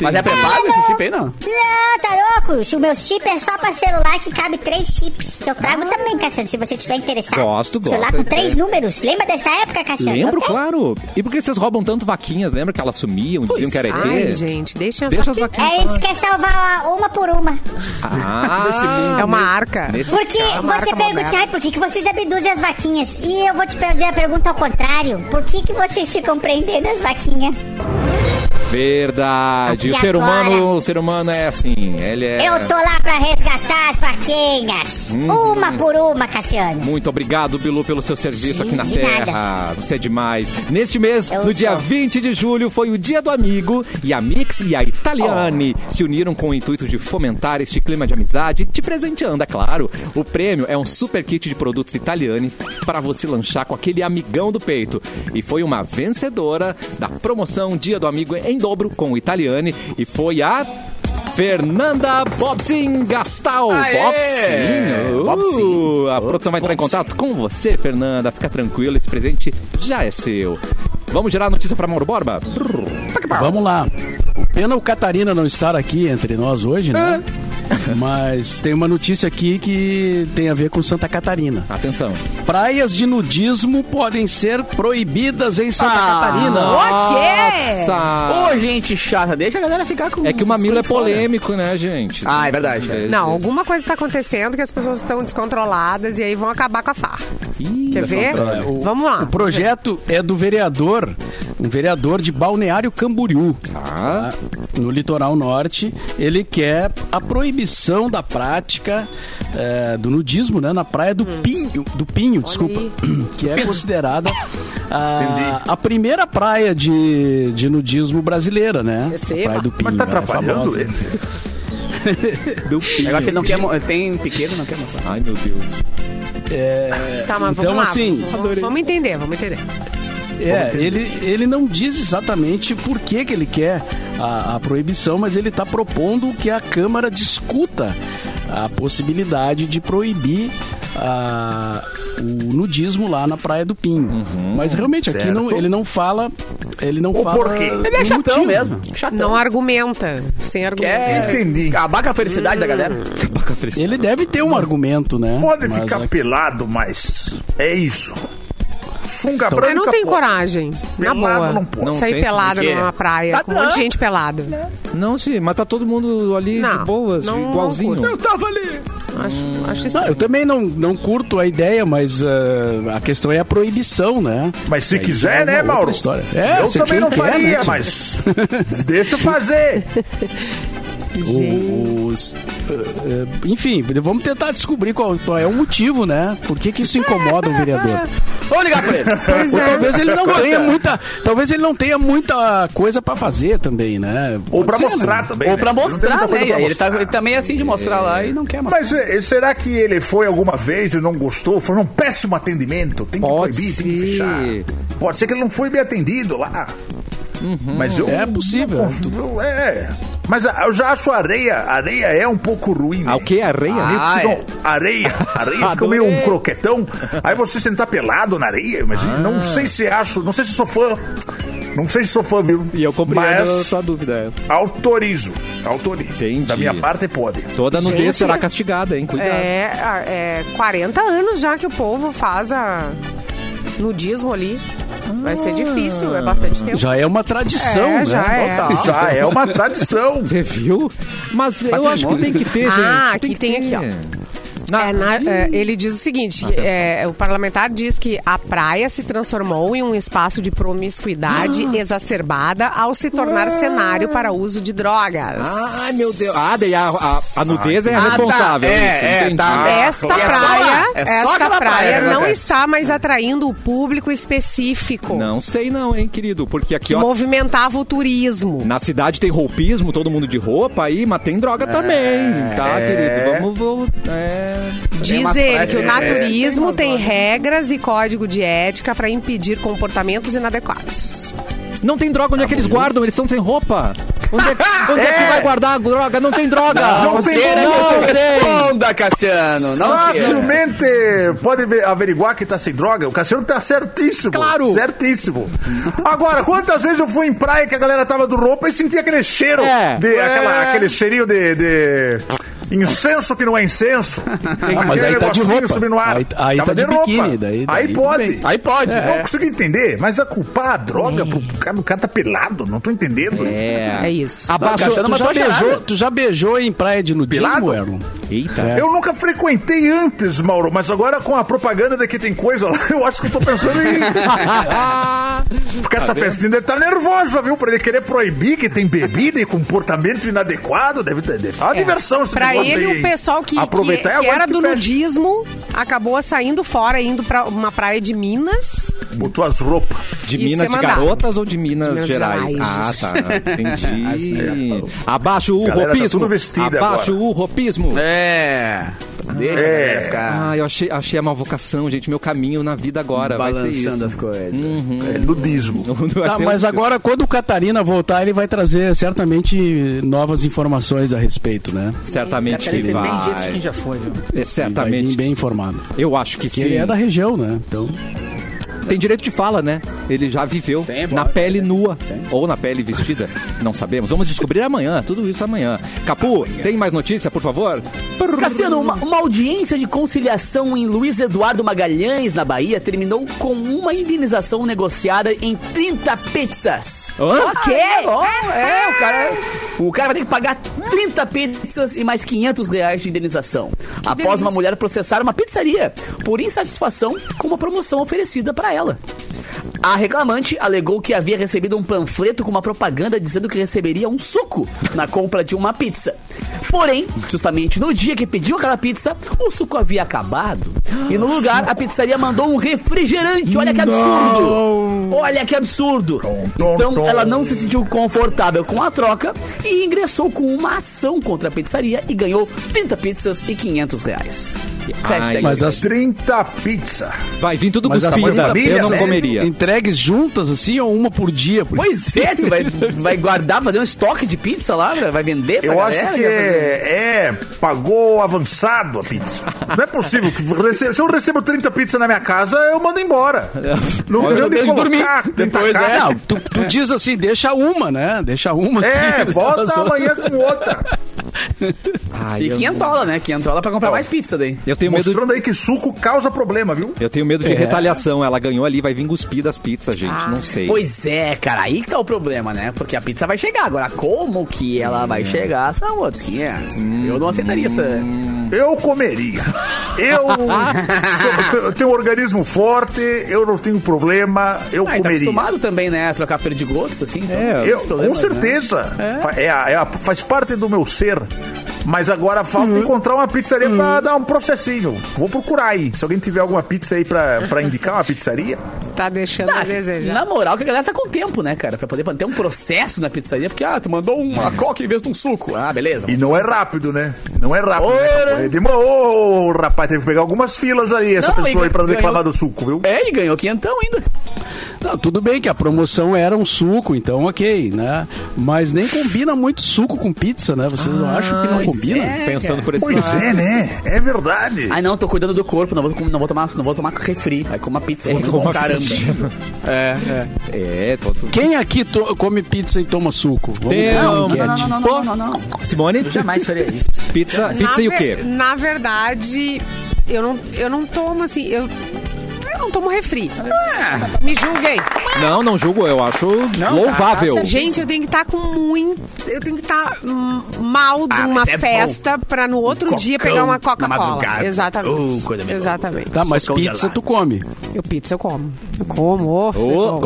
B: Mas é
G: Ah,
B: pré-pago
G: não.
B: esse chip aí, não?
G: Não, tá louco? Se O meu chip é só pra celular que cabe três chips. Que eu trago também, Cassiano, se você tiver interessado.
A: Gosto, gosto.
G: Celular com três números. Lembra dessa época, Cassiano?
A: lembro,
G: Eu tenho.
A: claro. E por que vocês roubam tanto vaquinhas? Lembra que elas sumiam, diziam que era ET?
G: é,
F: Ai, gente, gente. Deixem as
D: Deixa as
F: vaquinhas.
G: A gente quer salvar uma por uma.
A: Ah,
F: É uma arca.
A: nesse
G: Porque
A: caso-
F: marca
G: você pergunta
F: moderna.
G: assim, ai, por que, que vocês abduzem as vaquinhas? E eu vou te fazer a pergunta ao contrário. Por que, que vocês ficam prendendo as vaquinhas?
A: Ah, Verdade. O
G: E
A: ser
G: agora?
A: humano, o ser humano é assim. Ele é.
G: Eu tô lá pra resgatar as vaquinhas. Uma por uma, Cassiano.
A: Muito obrigado, Bilu, pelo seu serviço
G: Sim,
A: aqui na
G: de
A: Terra. Você é demais. Neste mês,
G: Eu
A: no dia
G: sou.
A: 20 de julho, foi o Dia do Amigo e a Mix e a Italiane
G: Oh.
A: se uniram com o intuito de fomentar este clima de amizade, te presenteando, é claro. O prêmio é um super kit de produtos Italiane para você lanchar com aquele amigão do peito. E foi uma vencedora da promoção Dia do Amigo em dobro com o Italiane e foi a... Fernanda Bobsin Gastal. Bobsin. uh,
D: Bobsin.
A: a produção vai entrar em contato com você, Fernanda. Fica tranquila, esse presente já é seu. Vamos gerar a notícia para Mauro Borba?
E: Vamos lá. Pena o Catarina não estar aqui entre nós hoje, né? Mas tem uma notícia aqui que tem a ver com Santa Catarina.
A: Atenção.
E: Praias de nudismo podem ser proibidas em Santa Catarina.
B: Ok!
A: Nossa.
B: Ô, gente chata, deixa a galera ficar com.
A: É que o mamilo é
B: com fora.
A: polêmico, né, gente?
B: Ah, é verdade.
A: É,
F: Não, alguma coisa está acontecendo que as pessoas estão descontroladas e aí vão acabar com a farra.
A: Ih,
F: Quer ver?
E: É, o-
F: Vamos lá.
E: O projeto é do vereador, um vereador de Balneário Camboriú,
A: Ah.
E: tá? no litoral norte. Ele quer a proibição da prática é, do nudismo né, na praia do Pinho, do Pinho, desculpa, que é considerada a, a primeira praia de, de nudismo brasileira, né?
F: Receba.
E: A praia do Pinho.
D: Mas tá
E: né,
D: atrapalhando
A: é
E: famosa.
D: ele.
A: deu
B: O
A: pinho.
B: negócio é que ele não quer. mo- Tem pequeno, não quer mostrar.
A: Ai, meu Deus.
F: Tá, mas
E: Então,
F: vamos lá.
E: assim-
F: vamos, vamos entender, vamos entender.
E: É, ele, ele não diz exatamente por que, que ele quer a, a proibição, mas ele está propondo que a Câmara discuta a possibilidade de proibir a- o nudismo lá na Praia do Pinho. mas realmente aqui não- ele não fala. Ele não
D: Uhum. O
E: fala.
D: porquê.
E: do
B: Ele é chatão
E: motivo.
B: mesmo. Chatão.
F: Não argumenta, sem argumento.
B: Quer
A: É.
D: Entendi.
B: acabar com a felicidade da galera.
E: Ele deve ter um argumento, né?
D: Pode
E: Mas
D: ficar
E: aqui-
D: pelado, mas é isso. Sunga branca.
F: Mas não tem
D: pô.
F: coragem. Na
D: Pelado
F: boa.
D: não pode.
A: Não
F: Sair
A: tem,
F: pelada
B: por quê?
F: numa praia.
B: Tá
F: com um monte
B: não.
F: de gente pelada.
A: Não, sim, mas tá todo mundo ali de
F: Não,
A: boas,
F: não-
A: igualzinho.
F: não
B: tava ali.
F: Acho, acho isso.
E: Não, eu também não, não curto a ideia, mas ah, a questão é a proibição, né?
D: Mas se
E: Aí
D: quiser,
E: é
D: né,
E: uma outra
D: Mauro?
E: história. É,
D: eu
E: se
D: também
E: quem
D: não
E: quer,
D: faria,
E: né,
D: mas deixa eu fazer.
E: Os, eh, eh, enfim, vamos tentar descobrir qual, qual é o motivo, né? Por que, que isso incomoda o vereador?
B: Vamos ligar pra ele.
F: Pois
E: Ou
F: é.
E: talvez ele não tenha muita, talvez ele não tenha muita coisa pra fazer também, né?
D: Ou
E: Pode
D: pra
E: ser, né?
D: mostrar também.
B: Ou pra
D: né? Não tem muita
B: mostrar,
D: coisa
B: né?
D: pra
B: Ele, tá,
D: mostrar.
B: ele também é assim de mostrar lá e não quer mais.
D: Mas eh, será que ele foi alguma vez e não gostou? Foi um péssimo atendimento. Tem que
A: Pode
D: proibir, tem que
A: ser.
D: fechar. Pode ser que ele não foi bem atendido lá. Mas eu.
E: É possível.
D: Eu- é. Mas ah, eu já acho areia. Areia é um pouco ruim.
A: Ah,
D: né?
A: o que? Areia?
D: Meio que
B: Ah,
D: fica
B: é.
D: um- areia. Areia fica meio um croquetão. Aí você sentar pelado na areia, mas
A: Ah.
D: não sei se acho, não sei se sou fã. Não sei se sou fã, viu?
A: E eu compreendo a
D: Mas
A: sua dúvida. é.
D: autorizo. Autorizo.
A: Entendi.
D: Da minha parte pode.
A: Toda nudez
F: Gente.
A: será castigada, hein? Cuidado.
F: É, a- é 40 anos já que o povo faz a nudismo ali. Vai ser difícil, é bastante tempo.
E: Já é uma tradição,
F: É,
E: né?
F: já é.
A: Tá.
D: Já é uma tradição.
A: Você viu? Mas eu acho que tem que ter, gente.
F: Ah,
A: que
F: aqui tem
A: ter.
F: aqui,
A: Na-
F: É, na- é, ele diz o seguinte: é, o parlamentar diz que a praia se transformou em um espaço de promiscuidade exacerbada ao se tornar cenário para uso de drogas.
A: Ai, meu Deus. Ah, daí a, a, a nudez é a responsável.
B: tá. É,
A: isso,
B: é,
A: entendi.
B: tá.
A: Ah,
F: Esta
B: é só
F: praia,
B: lá, é só
F: esta
B: aquela
F: praia,
B: praia, né,
F: não
B: Beth?
F: está mais atraindo o público específico
A: Não sei não, hein, querido. Porque aqui,
F: que
A: ó,
F: movimentava o turismo.
A: na cidade tem roupismo, todo mundo de roupa aí, mas tem droga também, tá, querido? Vamos... vamos é, tem
F: Diz
A: umas
F: ele
A: praias-
F: que o naturismo
A: umas
F: tem
A: drogas.
F: regras e código de ética para impedir comportamentos inadequados.
A: Não tem droga, onde é que eles guardam? Eles estão sem roupa. Onde é, que- onde é que vai guardar a droga? Não tem droga!
B: Não,
A: tem
B: queira que
A: droga.
B: eu te responda, Cassiano. Não queira.
D: Facilmente pode ver- averiguar que tá sem droga. O Cassiano tá certíssimo.
A: Claro.
D: Certíssimo. Agora, quantas vezes eu fui em praia que a galera tava do roupa e sentia aquele cheiro.
A: É.
D: De, aquela-
B: É.
D: aquele cheirinho de. de... Incenso que não é incenso.
E: Ah, mas aí tá de
D: negocinho
E: roupa.
D: subindo no ar.
E: Aí- aí
D: Tava
E: tá de biquíni, daí- daí
D: aí
E: tudo
D: pode.
E: bem. Aí pode.
D: Não
E: É.
D: consigo entender, mas a culpar a droga pro cara, o cara tá pelado, não tô entendendo.
A: É.
F: É isso.
E: Mas,
B: Abaixou,
E: Cassiano,
B: não
E: tu, já
B: matou a charada.
E: beijou, tu já beijou em praia de
D: Pelado?
E: nudismo, Erlon?
A: Eita.
E: É.
D: Eu nunca frequentei antes, Mauro, mas agora com a propaganda daqui tem coisa lá, eu acho que eu tô pensando em. ir. Porque essa festinha deve estar nervosa, viu? Pra ele querer proibir que tem bebida e comportamento inadequado, deve ter. Deve ter uma diversão esse
F: É. Pra
D: negócio
F: ele,
D: aí,
F: o pessoal que, que,
D: Aproveitar e
F: que
D: agora
F: era
D: que
F: do
D: fecha.
F: nudismo acabou saindo fora, indo pra uma praia de Minas.
D: Botou as roupas.
A: De
F: Isso
A: Minas
F: é
A: de
F: mandar.
A: Garotas ou de Minas,
F: Minas
A: Gerais?
F: Gerais.
A: Ah, tá. Entendi. Abaixo o
D: Galera, tá
A: ropismo.
D: tudo vestida
A: Abaixo o ropismo.
B: É.
D: É.
B: Deixa a galera ficar
A: Ah, eu achei, achei a malvocação, gente. Meu caminho na vida agora vai ser
B: balançando
A: isso.
B: as coisas.
D: É nudismo.
F: Uhum.
A: Vai
E: Tá,
A: ser
E: mas
A: um-
E: agora, quando o Catarina voltar, ele vai trazer certamente novas informações a respeito, né?
A: Certamente que
C: Tem jeito de
A: vai.
C: quem já foi, viu?
A: É,
E: Ele vai vir
A: certamente.
E: bem informado.
A: Eu acho que
E: Que
A: sim.
E: ele é da região, né? Então,
A: Tem direito de fala, né? Ele já viveu
B: Tem,
A: na
B: pode.
A: pele nua ou na pele vestida. Não sabemos. Vamos descobrir amanhã. Tudo isso amanhã. Capu, tem mais notícia, por favor?
B: Cassiano, uma, uma audiência de conciliação em Luiz Eduardo Magalhães, na Bahia, terminou com uma indenização negociada em 30 pizzas.
A: Hã?
B: Ok! É, bom, é, o cara, o cara vai ter que pagar 30 pizzas e mais 500 reais de indenização. após uma mulher processar uma pizzaria por insatisfação com uma promoção oferecida para ela. A reclamante alegou que havia recebido um panfleto com uma propaganda dizendo que receberia um suco na compra de uma pizza. Porém, justamente no dia que pediu aquela pizza, o suco havia acabado. E no lugar, a pizzaria mandou um refrigerante. Olha que absurdo! Olha que absurdo! Então, ela não se sentiu confortável com a troca e ingressou com uma ação contra a pizzaria e ganhou 30 pizzas e 500 reais. Hashtag-
E: mas as,
D: 30 pizza.
A: Vai vir tudo
E: mas as
A: cuspida.
E: 30
A: Eu não
E: peças
A: comeria.
E: entregues juntas, assim, ou uma por dia? Por...
B: Pois é, tu vai, vai guardar, fazer um estoque de pizza lá, velho? vai vender pra
D: Eu
B: galera, né?
D: acho que
B: vai fazer-
D: é, é, pagou avançado a pizza. Não é possível. Que rece- se eu recebo 30 pizzas na minha casa, eu mando embora. Não tem
B: eu
D: onde
B: tenho de dormir.
D: colocar. 30
B: Depois é.
D: caixas.
E: Não, tu, tu diz assim, deixa uma, né? Deixa uma.
D: É,
E: aqui. Elas
D: volta
E: vão-
D: amanhã com outra.
A: Ai,
B: E
A: eu-
B: quinhentola, né? Quinhentola pra comprar mais pizza daí.
A: Eu tenho medo de...
D: Mostrando aí que suco causa problema, viu?
A: Eu tenho
E: É.
A: medo de retaliação. Ela ganhou ali, vai vir cuspida as pizzas, gente. não sei.
B: Pois é, cara, aí que tá o problema, né? Porque a pizza vai chegar. Agora, como que
A: Hum.
B: ela vai chegar? São outros 500. Eu não aceitaria essa.
D: Hum. Eu comeria. Eu, sou- eu tenho um organismo forte, eu não tenho problema, eu
B: Ah, e tá
D: comeria.
B: acostumado também, né? A trocar perdigotos, assim. Então,
A: É,
B: tem
D: Eu,
B: esses
D: com
B: problemas,
D: certeza. Fa- é a- é a- faz parte do meu ser. Mas agora falta
B: Uhum.
D: encontrar uma pizzaria pra dar um processinho. Vou procurar aí. Se alguém tiver alguma pizza aí pra, pra indicar uma pizzaria.
F: Tá deixando a
B: Né?
F: desejar.
B: Na moral, que a galera tá com tempo, né, cara? Pra poder ter um processo na pizzaria, porque, ah, tu mandou uma coca em vez de um suco. Ah, beleza.
D: E não é rápido, né? Não é rápido. né,
B: Ora.
D: Capoeira? Demorou, rapaz. Teve que pegar algumas filas aí, essa
B: Não,
D: pessoa
B: e
D: aí, pra
B: ganhou-
D: reclamar do suco, viu?
B: É, e ganhou quinhentão ainda.
E: Não, tudo bem que a promoção era um suco, então ok, né? Mas nem combina muito suco com pizza, né? Vocês não acham que não combina?
A: Pensando por esse
D: Pois
A: lado.
D: é, né? É verdade.
B: Ai, não, tô cuidando do corpo, não vou, com- não vou tomar, não vou tomar refri. Aí como uma pizza, vou tomar um caramba.
A: É, tô...
E: Quem aqui to- come pizza e toma suco? Vamos
A: Tem
E: fazer
A: um-
E: uma
B: Não,
E: enquete.
B: não, não, não, não, não, não.
A: Simone?
C: Jamais faria isso.
A: Pizza, pizza
F: Na
A: e o
F: ver-
A: quê?
F: Na verdade, eu não, eu não tomo assim, eu, eu não tomo refri. Me julguem.
A: Não, não julgo, eu acho louvável.
F: Gente, eu tenho que estar com muito. Eu tenho que estar mal de
B: Ah,
F: uma
B: mas é bom.
F: festa pra no outro
B: Um
F: dia
B: cocão
F: pegar uma
B: na madrugada.
F: Coca-Cola. Exatamente.
B: Uh, coisa bem boa.
F: Exatamente.
E: Tá, mas
B: Sucão
E: pizza
B: gelado.
E: tu come.
F: Eu pizza eu como. Eu como. Oh,
A: Ô,
F: como.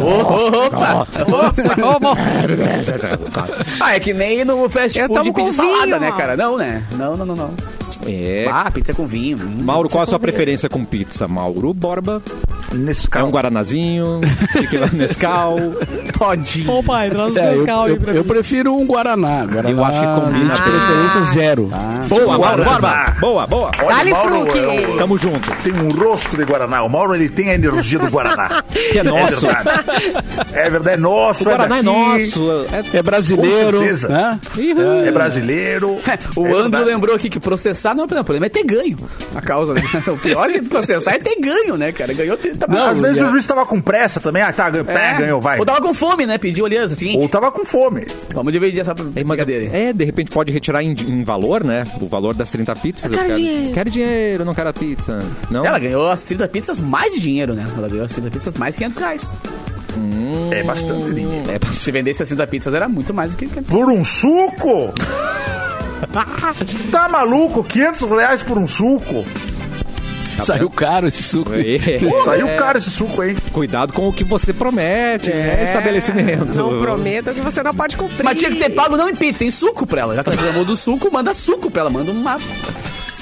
B: Ah, é que nem no fast
F: Eu
B: food
F: tomo
B: pedir
F: com
B: salada,
F: vinho,
B: né,
F: ó.
B: cara? Não, né? Não, não, não, não.
A: É.
B: Ah, pizza com vinho. Hum.
A: Mauro, qual a sua preferência com pizza, Mauro? Borba?
D: Nesse
A: É um
D: caso.
A: guaranazinho? tequila Nescau?
B: Todinho.
H: Ô, pai, traz os
E: É, eu,
H: dois calma aí
E: eu-
H: pra
E: eu
H: mim.
E: prefiro um Guaraná. Guaraná
A: Eu acho que combina
E: De
A: bem. Ah,
E: preferência zero.
A: Boa, Mauro,
D: Guaraná.
A: Borba! Boa, boa!
F: Dale,
D: Mauro,
F: Fruque.
D: eu- eu-
A: Tamo junto.
D: tem um rosto de Guaraná. O Mauro, ele tem a energia do Guaraná.
A: Que é
D: É
A: nosso.
D: verdade. É verdade, é nosso.
A: O Guaraná
D: é,
A: é
D: daqui,
A: nosso. É-
E: É brasileiro,
D: Com certeza.
E: né?
D: É brasileiro.
B: O
D: é
B: Andro
D: verdade.
B: lembrou aqui que processar não é problema, o problema é ter ganho. A causa, né? O pior é processar é ter ganho, né, cara? Ganhou 30
E: Não,
D: Às vezes
E: e
D: o
E: a-
D: juiz tava com pressa também. Ah, tá, ganhou, pá, ganhou vai.
B: Ou tava com fome, né? Pediu aliança, assim.
D: Ou tava com fome.
B: Vamos dividir essa
A: É, mas-
B: brincadeira. aí.
A: é, de repente pode retirar em, em valor, né? O valor das 30 pizzas. Eu
F: quero dinheiro.
A: Quero dinheiro, não quero a pizza. Não?
B: Ela ganhou as 30 pizzas mais de dinheiro, né? Ela ganhou as 30 pizzas mais 500 reais.
D: É bastante dinheiro.
B: É, se vendesse as 30 pizzas era muito mais do que 500 reais.
D: Por um suco? tá maluco? 500 reais por um suco?
E: Saiu caro esse suco.
A: É.
D: Saiu caro esse suco, hein?
A: Cuidado com o que você promete, né? Estabelecimento.
F: É. Não prometo que você não pode cumprir. É,
B: Mas tinha que ter pago não em pizza, em suco pra ela. Já que ela reclamou do suco, manda suco pra ela. Manda uma,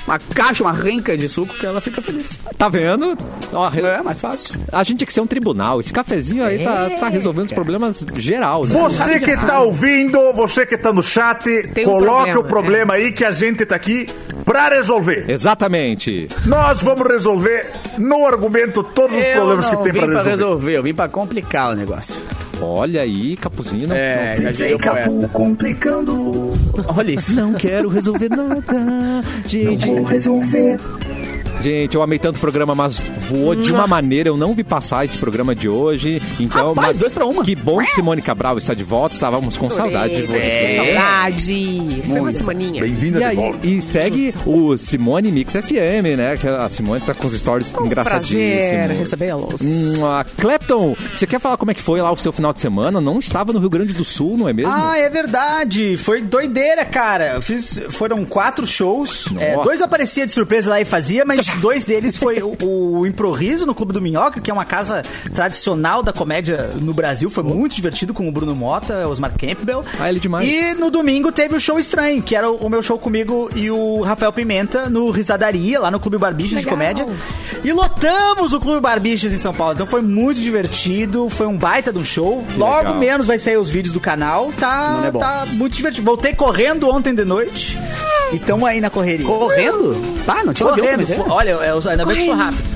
B: uma caixa, uma renca de suco que ela fica feliz.
A: Tá vendo? Ó, re-
B: É mais fácil.
A: a gente tinha que ser um tribunal. Esse cafezinho aí tá, tá resolvendo os problemas geral, né?
D: Você que tá ouvindo, você que tá no chat,
F: Tem um
D: coloque
F: problema,
D: o problema é. aí que a gente tá aqui pra resolver.
A: Exatamente.
D: Nós vamos resolver no argumento todos os problemas
B: eu
D: que
B: não
D: tem
B: vim
D: pra resolver.
B: resolver, eu vim pra complicar o negócio.
A: Olha aí, capuzinho. Não,
B: É, já
I: DJ
B: diria o
I: Capu
B: poeta.
I: complicando.
B: Olha isso.
A: não quero resolver nada. Gente,
I: Vou resolver.
A: gente, eu amei tanto o programa, mas voou de uma maneira. Eu não vi passar esse programa de hoje. Então,
B: Rapaz,
A: mas
B: dois pra uma.
A: Que bom que Simone Cabral está de volta. Estávamos com saudade de
B: É,
A: você.
B: né?
F: Saudade. Foi uma semaninha.
B: tá
D: Bem-vinda
A: E,
D: de
A: aí,
D: volta.
A: e segue o Simone Mix FM, né? Que a Simone tá com os stories
B: um
F: Prazer
A: engraçadíssimos.
F: recebê-los.
A: Hum, a Clapton, você quer falar como é que foi lá o seu final de semana? Não estava no Rio Grande do Sul, não é mesmo?
C: Ah, é verdade. Foi doideira, cara. Eu Fiz, foram quatro shows. É,
A: Nossa.
C: dois aparecia de surpresa lá e fazia, mas dois deles foi o, o Improviso no Clube do Minhoca, que é uma casa tradicional da comédia no Brasil. Foi muito divertido com o Bruno Mota, Osmar Campbell.
A: Ah, ele demais.
C: E no domingo teve o show estranho, que era o, o meu show comigo e o Rafael Pimenta no Risadaria, lá no Clube Barbicha de
F: Legal.
C: Comédia. E lotamos o Clube Barbichas em São Paulo. Então foi muito divertido, foi um baita de um show. Logo
A: legal.
C: menos vai sair os vídeos do canal. Tá,
B: Não é bom.
C: tá muito divertido. Voltei correndo ontem de noite e tamo aí na correria.
B: Correndo? Pá, não tinha é. avião pra
C: correndo.
B: meter?
C: fo- Olha, eu, eu, ainda bem que sou rápido.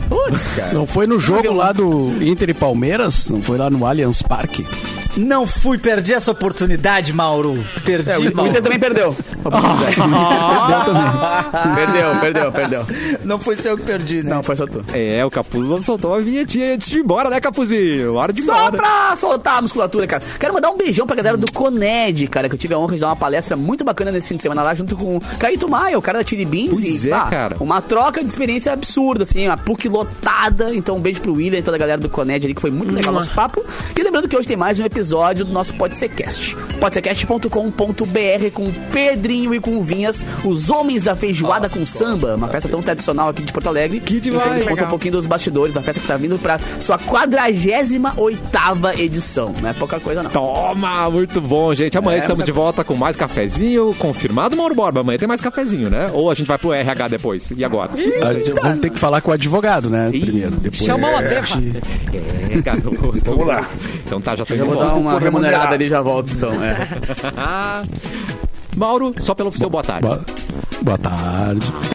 E: Não foi no jogo lá do Inter e Palmeiras? Não foi lá no Allianz Parque?
C: Não fui, perdi essa oportunidade, Mauro. Perdi,
B: É, O Inter
C: Mauro.
B: também perdeu. perdeu, perdeu, perdeu.
C: Não foi seu que perdi, né?
B: Não, foi só tu.
A: É, o Capuz soltou a vinhetinha antes de ir embora, né, Capuzinho? Hora de ir
B: Só
A: embora.
B: pra soltar a musculatura, cara. Quero mandar um beijão pra galera do Coned, cara, que eu tive a honra de dar uma palestra muito bacana nesse fim de semana lá, junto com o Caíto Maia, o cara da Chili Beans.
A: Pois
B: e,
A: é,
B: pá,
A: cara.
B: Uma troca de experiência absurda, assim, uma PUC lotada. Então, um beijo pro William e toda a galera do Coned ali, que foi muito legal o nosso papo. E lembrando que hoje tem mais um episódio do nosso Podsercast. Podsercast.com.br com o Pedrinho e com o Vinhas, os homens da
A: Ah,
B: feijoada com samba, uma festa tão tradicional aqui de Porto Alegre. Que
A: demais.
B: eles contam um
A: Legal.
B: pouquinho dos bastidores da festa que tá vindo pra sua 48ª edição. Não é pouca coisa,
A: Então,
B: não.
A: Toma, muito bom, gente. Amanhã estamos de volta com mais cafezinho. Confirmado, Mauro Borba. Amanhã tem mais cafezinho, né? Ou a gente vai pro RH depois. E agora?
E: A gente- Vamos ter que falar com o advogado, né? Primeiro. Depois.
H: Chamou a beba.
A: É, garoto.
D: Vamos lá.
A: Então tá, já tô
B: Eu
A: indo
B: vou dar um-
A: embora.
B: uma remunerada ali e já volto, então. É.
A: Mauro, Ah. só pelo seu boa tarde.
E: Boa- boa tarde.